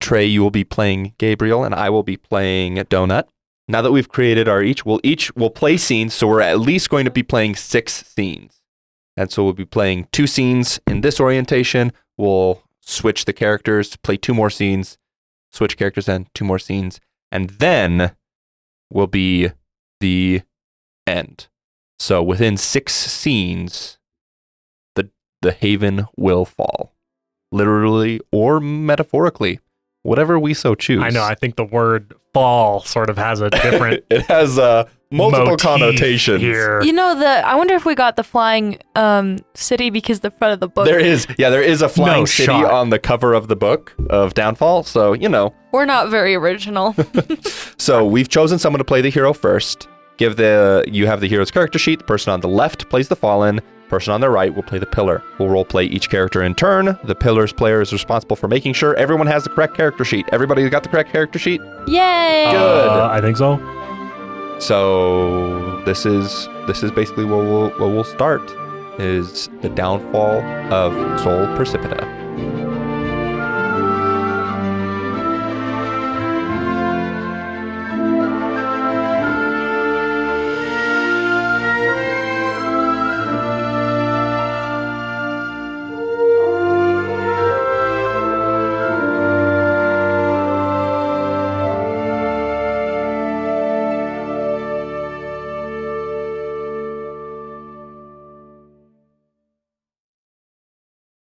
Speaker 2: Trey, you will be playing Gabriel, and I will be playing Donut. Now that we've created our each, we'll each will play scenes, so we're at least going to be playing six scenes. And so we'll be playing two scenes in this orientation. We'll switch the characters, play two more scenes, switch characters and two more scenes, and then will be the end. So within six scenes, the the haven will fall, literally or metaphorically, whatever we so choose.
Speaker 3: I know. I think the word fall sort of has a different
Speaker 2: it has uh, [laughs] multiple
Speaker 3: motif
Speaker 2: connotations
Speaker 3: here.
Speaker 4: You know the I wonder if we got the flying um city because the front of the book
Speaker 2: There is, yeah, there is a flying
Speaker 3: No
Speaker 2: city
Speaker 3: shot.
Speaker 2: on the cover of the book of Downfall. So you know,
Speaker 4: we're not very
Speaker 2: [laughs]
Speaker 4: original.
Speaker 2: So we've chosen someone to play the hero first. Give the you have the hero's character sheet. The person on the left plays the fallen. Person on the right will play the pillar. We'll role play each character in turn. The pillar's player is responsible for making sure everyone has the correct character sheet. Everybody's got the correct character sheet.
Speaker 4: Yay!
Speaker 2: Good.
Speaker 3: Uh, I think so.
Speaker 2: So this is this is basically where we'll where we'll start is the downfall of Sol Precipita.